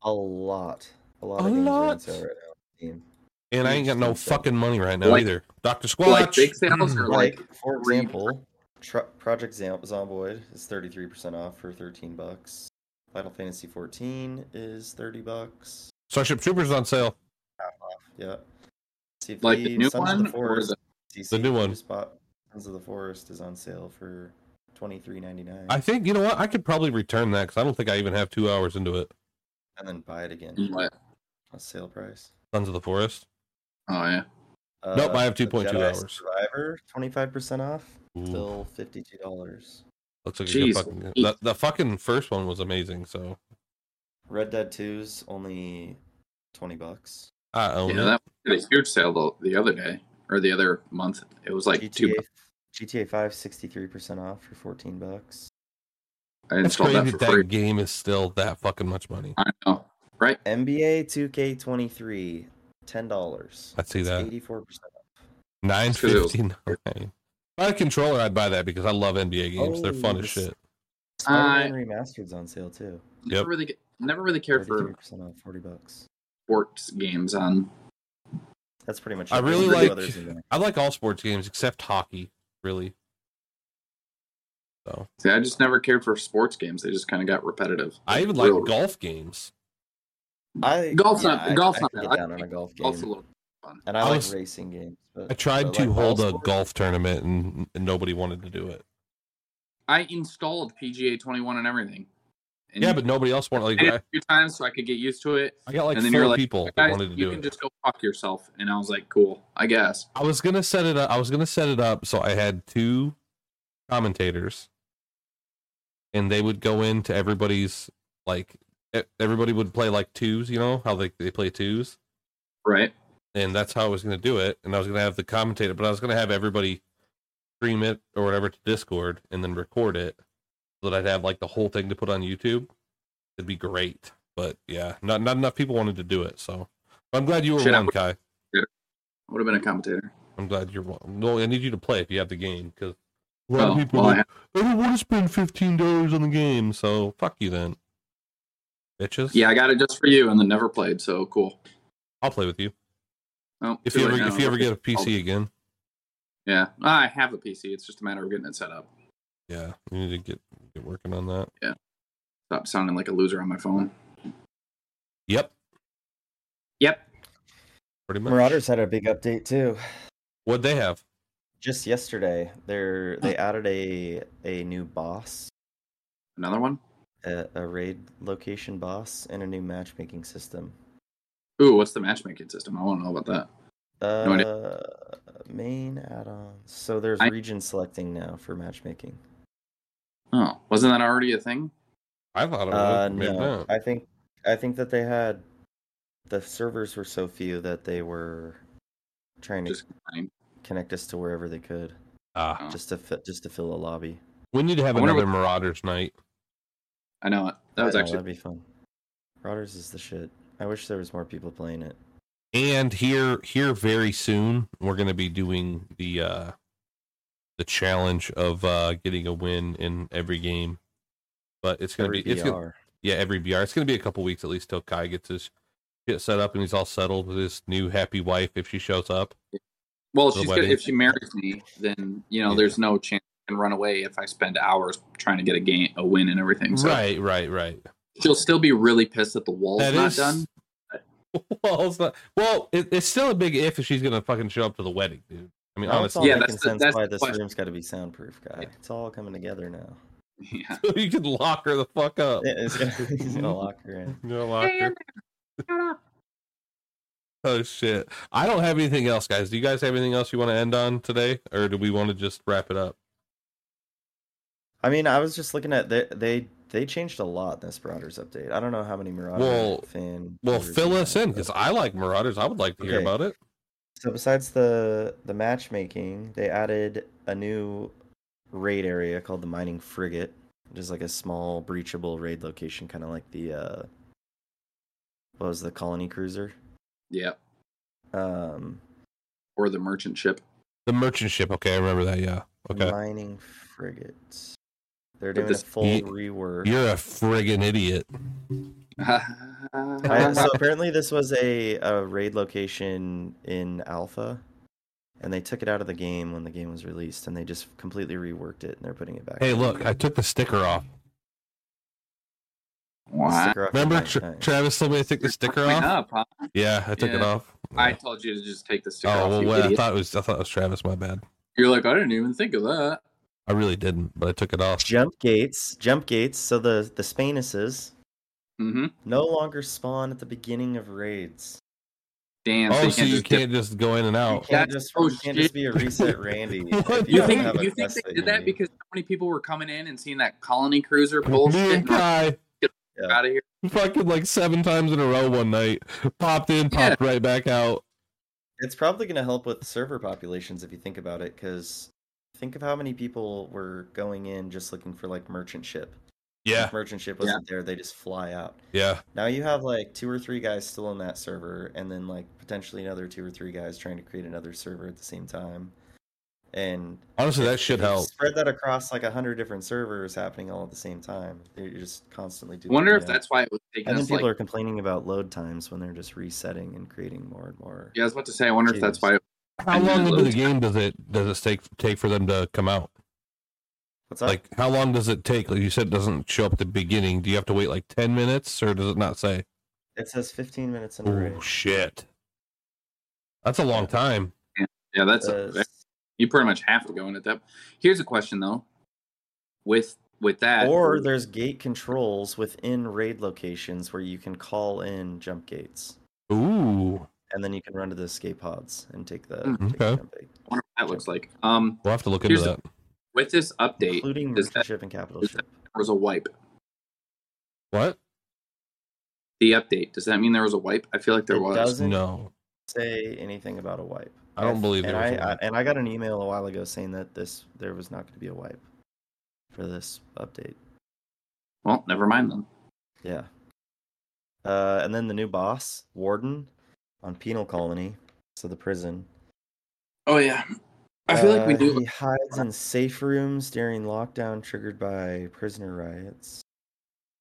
S6: A lot. A lot
S5: A
S6: of games are on
S5: lot.
S6: sale right now on Steam.
S5: And I ain't got no
S6: Interesting.
S5: fucking money right now
S4: Like-
S5: either. Doctor Squatch.
S4: Like big sales or like
S6: Like, for
S4: three-
S6: example, Tro- Project Zam- Zomboid is 33% off for 13 bucks. Final Fantasy 14 is 30 bucks.
S5: [clears throat] Starship Troopers on sale.
S6: Yeah. See if
S4: like the new
S6: Sons
S4: one
S6: of the
S4: or
S6: Forest
S4: the
S6: CC
S5: The new
S6: we
S5: one.
S6: just bought Sons of the Forest is on sale for 23.99
S5: I think you know what? I could probably return that because I don't think I even have two hours into it.
S6: and then buy it again
S4: what?
S6: on sale price.
S5: Sons of the Forest.
S4: Oh yeah.
S6: Uh,
S5: Nope, I have
S6: the
S5: 2.2
S6: Jedi
S5: hours.
S6: Survivor 25% off
S5: Ooh,
S6: till $52.
S5: looks like a
S4: Jeez.
S5: good fucking. game. The, the fucking first one was amazing. So
S6: Red Dead 2's only 20 bucks.
S5: I own
S4: yeah,
S5: it.
S4: that was a huge sale though, the other day or the other month. It was like two.
S6: GTA, GTA 5 63% off for 14 bucks.
S4: I
S5: That's
S4: installed
S5: crazy
S4: that
S5: that,
S4: for free.
S5: game is still that fucking much money.
S4: I know. Right?
S6: NBA 2K23 $10.
S5: I see that.
S6: 84% off.
S5: Nine
S4: 'cause it was-
S5: fifty nine. By controller, I'd buy that because I love NBA games. They're fun as
S6: Oh,
S5: shit.
S4: Uh,
S6: Spider-Man Remastered's on sale too.
S4: Never
S5: Yep.
S4: really get, never really cared for
S6: 33% off 40 bucks.
S4: sports games on
S6: That's pretty much
S5: I
S6: it.
S5: really
S6: There's a few
S5: like-
S6: others in there.
S5: I like all sports games except hockey, really. So
S4: See, I just never cared for sports games. They just kind of got repetitive.
S5: I even like
S4: Real-
S5: golf games.
S6: I
S4: Golf's
S6: yeah,
S4: not-
S6: I,
S4: golf's
S6: I
S4: not
S6: could
S4: bad.
S6: get
S4: I
S6: down on a
S4: like
S6: golf game.
S4: golf's a little-
S6: and I,
S5: I
S6: like
S5: was-
S6: racing games. But
S5: I tried
S6: but,
S5: to
S6: like,
S5: hold
S6: ball
S5: a
S6: sports-
S5: golf tournament and, and nobody wanted to do it.
S4: I installed PGA 21 and everything. And
S5: Yeah, but nobody else wanted.
S4: I did
S5: Like
S4: it a few times so I could get used to it.
S5: I, I got like
S4: and then you're
S5: four
S4: like,
S5: people that
S4: Guys,
S5: wanted to
S4: you
S5: do
S4: can
S5: it.
S4: just go fuck yourself. And I was like, cool, I guess.
S5: I was gonna set it up. I was gonna set it up so I had two commentators, and they would go into everybody's like e- everybody would play like twos. You know how they they play twos.
S4: Right?
S5: and that's how I was going to do it. And I was going to have the commentator, but I was going to have everybody stream it or whatever to Discord and then record it so that I'd have like the whole thing to put on YouTube. It'd be great, but yeah, not not enough people wanted to do it. So but I'm glad you were
S4: Should I-
S5: one, Kai.
S4: Would have been a commentator.
S5: I'm glad you're one. No, I need you to play if you have the game because a lot
S4: Oh,
S5: of people
S4: well, I
S5: like, I don't want to spend fifteen dollars on the game. So fuck you then, bitches.
S4: Yeah, I got it just for you and then never played. So cool.
S5: I'll play with you
S4: Oh,
S5: if
S4: too
S5: you ever
S4: late now. Oh,
S5: if you ever get a PC again.
S4: Yeah, I have a PC. It's just a matter of getting it set up.
S5: Yeah, you need to get get working on that.
S4: Stop sounding like a loser on my phone.
S5: Yep,
S4: Yep.
S5: pretty much.
S6: Marauders had a big update too.
S5: What'd they have?
S6: Just yesterday, they they added a a new boss,
S4: Another one?
S6: a, a raid location boss, and a new matchmaking system.
S4: Ooh, what's the matchmaking system? I want to know about that.
S6: Uh,
S4: idea.
S6: main add-ons. So there's
S4: I-
S6: region selecting now for matchmaking.
S4: Oh, wasn't that already a thing?
S5: I thought it
S6: Uh,
S5: was. Maybe
S6: no,
S5: not.
S6: I think I think that they had the servers were so few that they were trying to
S4: Just complain.
S6: connect us to wherever they could,
S5: Ah,
S6: just to fit, just to fill a lobby.
S5: we need to have
S4: I wonder
S5: another Marauders night.
S4: I know it. That was
S6: I know,
S4: actually
S6: that'd be fun. Rotters is the shit. I wish there was more people playing it.
S5: and here here very soon we're going to be doing the uh the challenge of uh getting a win in every game but it's going to
S6: Every
S5: be it's gonna,
S6: VR.
S5: yeah every br it's going to be a couple weeks at least till kai gets his shit set up and he's all settled with his new happy wife if she shows up
S4: Well,
S5: The
S4: she's gonna,
S5: wedding.
S4: if she marries me, then you know
S5: Yeah.
S4: there's no chance I can run away if I spend hours trying to get a game, a win, and everything. So
S5: right right right
S4: she'll still be really pissed that the wall's
S5: That
S4: not
S5: is- [laughs]
S4: done. [laughs]
S5: well it's not well it, it's still a big if if she's going to fucking show up to the wedding dude i mean
S6: Now it's all
S5: honestly
S4: Yeah,
S6: making
S4: that's the-
S6: sense
S4: that's
S6: why
S4: the
S6: this
S4: question.
S6: room's got to be soundproof, guy. It's all coming together now.
S4: Yeah.
S5: [laughs] you can lock her the fuck
S4: Oh.
S5: up
S6: Yeah, [laughs] it's gonna, he's gonna lock her in.
S5: You know, locker. [laughs] Oh shit! I don't have anything else, guys. Do you guys have anything else you want to end on today, or do we want to just wrap it up?
S6: I mean, I was just looking at they they they changed a lot in this Marauders update. I don't know how many Marauders
S5: Well-
S6: fan.
S5: Well,
S6: viewers
S5: fill
S6: we
S5: us
S6: have,
S5: in
S6: but-
S5: because I like Marauders. I would like to hear
S6: Okay.
S5: about it.
S6: So besides the the matchmaking, they added a new raid area called the Mining Frigate, which is like a small breachable raid location, kind of like the uh, what was the Colony Cruiser?
S4: Yeah.
S6: Um,
S4: Or the merchant
S6: [laughs]
S4: ship.
S5: The merchant ship. Okay, I remember that. Yeah. Okay.
S6: Mining Frigate. They're
S4: But
S6: doing
S4: this-
S6: a full
S5: Ye-
S6: rework.
S5: You're a friggin' idiot.
S4: [laughs]
S6: I- so apparently this was a, a raid location in alpha and they took it out of the game when the game was released and they just completely reworked it and they're putting it back
S5: Hey, look, I took the sticker off.
S4: wow.
S6: Sticker off your
S5: Remember,
S6: back
S5: Tra-
S6: time.
S5: Travis told me to take the sticker
S4: Coming
S5: off.
S4: up, huh?
S5: Yeah, I took it
S4: Yeah.
S5: off.
S4: I
S5: Yeah.
S4: told you to just take the sticker
S5: Oh
S4: off.
S5: well,
S4: you
S5: wait, I
S4: idiot.
S5: thought it was I thought it was Travis. My bad.
S4: You're like, I didn't even think of that.
S5: I really didn't, but I took it off.
S6: jump gates jump gates so the the spanuses
S4: Mm-hmm.
S6: no longer spawn at the beginning of raids
S4: Damn. so
S5: Oh,
S4: you
S5: so
S4: can't
S5: you
S4: just dip-
S5: can't just go in and
S6: you
S5: out.
S6: can't
S4: That's
S6: just
S4: so
S6: you can't just
S4: shit.
S6: be
S4: [laughs]
S6: a reset randy
S5: What?
S6: if
S4: Oh. You
S6: don't
S4: think
S6: have a
S4: you think
S6: quest
S4: they
S6: that
S4: did
S6: you
S4: that
S6: need.
S4: because so many people were coming in and seeing that colony cruiser
S5: [laughs] Me
S4: bullshit
S5: and Kai
S4: out of here?
S5: fucking like seven times in a row one night. Popped in,
S4: Yeah.
S5: popped right back out.
S6: It's probably going to help with server populations if you think about it, because think of how many people were going in just looking for like merchant ship.
S5: Yeah,
S6: If merchant ship wasn't there, they just fly out.
S5: yeah,
S6: Now you have like two or three guys still on that server, and then like potentially another two or three guys trying to create another server at the same time. And
S5: Honestly, that should
S6: if you
S5: help.
S6: Spread that across like a hundred different servers happening all at the same time. You're you're just constantly doing.
S4: Wonder
S6: you
S4: if
S6: know.
S4: that's why it was taking
S6: And then
S4: us
S6: people
S4: like.
S6: are complaining about load times when they're just resetting and creating more and more.
S4: Yeah, I was about to say. I wonder if that's
S6: Jeez.
S4: why. It,
S5: How
S4: and then
S5: long into the
S4: loads.
S5: game does it does it take take for them to come out?
S6: What's up?
S5: Like, how long does it take? Like you said, it doesn't show up at the beginning. Do you have to wait like ten minutes, or does it not say?
S6: It says 15 minutes in a raid.
S5: Oh shit, that's a long time.
S4: yeah, that's
S6: Uh,
S4: you. Pretty much have to go in at that. Here's a question though. With with that,
S6: or there's gate controls within raid locations where you can call in jump gates,
S5: Ooh,
S6: and then you can run to the escape pods and take the,
S4: Hmm,
S6: take the
S5: Mm, okay.
S6: jump gate,
S4: I wonder what that looks like. Um,
S5: we'll have to look into
S4: Here's the-
S5: that.
S4: with this update, there
S6: including
S4: does
S6: merchant
S4: that-
S6: ship and capital
S4: does
S6: ship.
S4: was a wipe.
S5: What?
S4: The update does that mean there was a wipe? I feel like there
S6: It
S4: was.
S6: doesn't
S5: No,
S6: say anything about a wipe.
S5: I don't believe
S6: and
S5: there was
S6: I,
S5: a wipe.
S6: I- and I got an email a while ago saying that this there was not going to be a wipe for this update.
S4: Well, never mind then.
S6: Yeah. Uh, and then the new boss, Warden, on Penal Colony, so the prison.
S4: Oh yeah, I feel like we
S6: Uh,
S4: do.
S6: He hides in safe rooms during lockdown triggered by prisoner riots.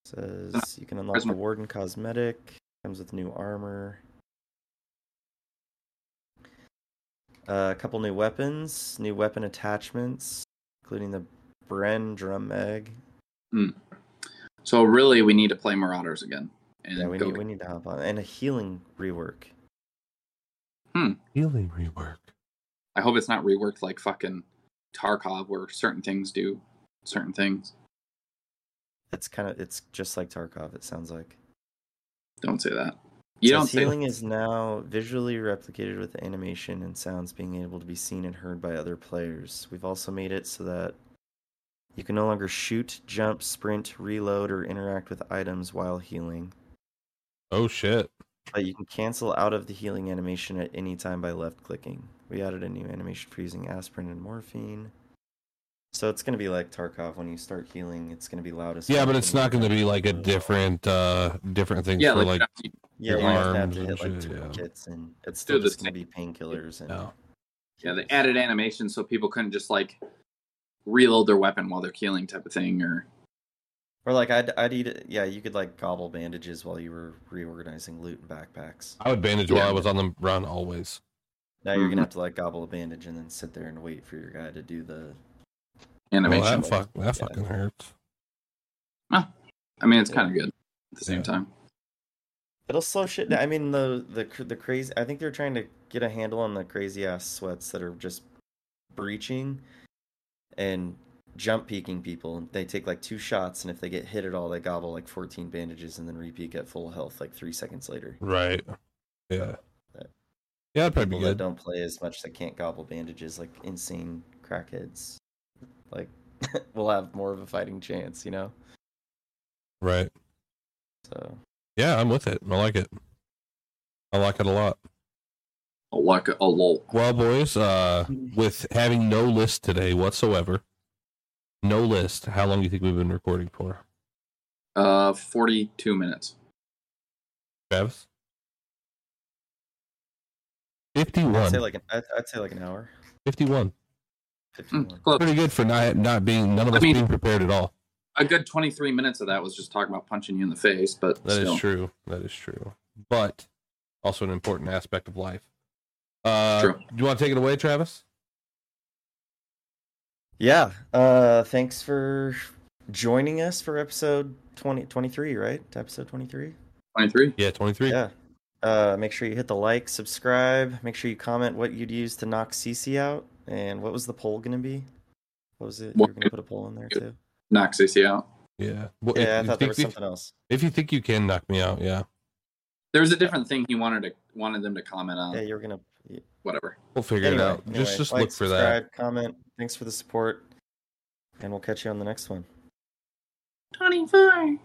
S6: Says you can unlock
S4: Prisoner.
S6: the warden cosmetic. Comes with new armor. Uh, a couple new weapons, new weapon attachments, including the Bren drum mag.
S4: So really, we need to play Marauders again. And
S6: Yeah, we
S4: go-
S6: need we need to hop on and a healing rework.
S5: healing rework.
S4: I hope it's not reworked like fucking Tarkov, where certain things do certain things.
S6: It's kind of it's just like Tarkov. It sounds like.
S4: Don't say that. You
S6: Says
S4: don't say.
S6: healing is now visually replicated with animation and sounds being able to be seen and heard by other players. We've also made it so that you can no longer shoot, jump, sprint, reload, or interact with items while healing,
S5: Oh shit.
S6: but you can cancel out of the healing animation at any time by left clicking. We added a new animation for using aspirin and morphine. So it's gonna be like Tarkov when you start healing, it's gonna be loud as
S5: Yeah,
S6: fuck
S5: but it's
S6: and
S5: not
S6: you
S5: going to
S6: have
S5: be like a different, uh different thing
S4: Yeah,
S5: for
S4: like,
S5: like.
S6: yeah,
S5: your
S6: you have to have
S5: arms
S6: to
S5: and
S6: hit like
S5: shit, yeah.
S6: toolkits and it's still
S4: Dude,
S6: just
S4: the
S6: gonna be painkillers and
S5: No.
S4: yeah, they added animation so people couldn't just like reload their weapon while they're healing type of thing or
S6: Or like I'd I'd eat yeah, you could like gobble bandages while you were reorganizing loot and backpacks.
S5: I would bandage
S4: Yeah.
S5: while I was on the run always.
S6: Now you're
S4: Mhm.
S6: gonna have to like gobble a bandage and then sit there and wait for your guy to do the
S5: Well,
S4: animation.
S5: that
S6: like-
S5: fuck, that
S6: yeah.
S5: fucking hurts.
S4: I mean, it's kind of good at the same
S5: Yeah.
S4: time.
S6: It'll slow shit down. I mean the the cr- the crazy I think they're trying to get a handle on the crazy ass sweats that are just breaching and jump peeking people. They take like two shots and if they get hit at all they gobble like 14 bandages and then repeat at full health like 3 seconds later.
S5: Right. Yeah. Yeah, that'd probably
S6: people
S5: be
S6: that
S5: good.
S6: don't play as much that can't gobble bandages like insane crackheads like [laughs] will have more of a fighting chance you know
S5: Right.
S6: so
S5: Yeah, I'm with it. I like it. I like it a lot.
S4: A luck, a lol.
S5: Well, boys, uh, with having no list today whatsoever, no list, how long do you think we've been recording for?
S4: Uh, forty-two minutes.
S5: Travis?
S6: i'd
S5: 51.
S6: say like an I'd, I'd say like an hour
S5: 51.
S6: 51
S5: Hmm.
S4: Mm, close.
S5: Pretty good for not not being none of
S4: I
S5: us
S4: mean-
S5: being prepared at all.
S4: A good twenty-three minutes of that was just talking about punching you in the face, but
S5: That is
S4: still.
S5: true. That is true. But also an important aspect of life. Uh,
S4: True.
S5: Do you want to take it away, Travis?
S6: yeah uh thanks for joining us for episode 20 23 right To episode 23
S4: Twenty-three.
S5: Yeah, 23.
S6: yeah uh make sure you hit the like subscribe make sure you comment what you'd use to knock cc out and what was the poll gonna be what was it you were gonna put a poll in there too
S4: Knock CC out.
S5: Yeah. Well,
S6: yeah i
S5: you
S6: thought there was
S5: think-
S6: something else
S5: If you think you can knock me out, yeah,
S4: There was a different thing he wanted to wanted them to comment on.
S5: Uh.
S6: yeah you were gonna
S4: Whatever.
S5: we'll figure it out. just just
S6: like,
S5: look for that.
S6: subscribe, Comment. Thanks for the support, and we'll catch you on the next one.
S4: Twenty-four.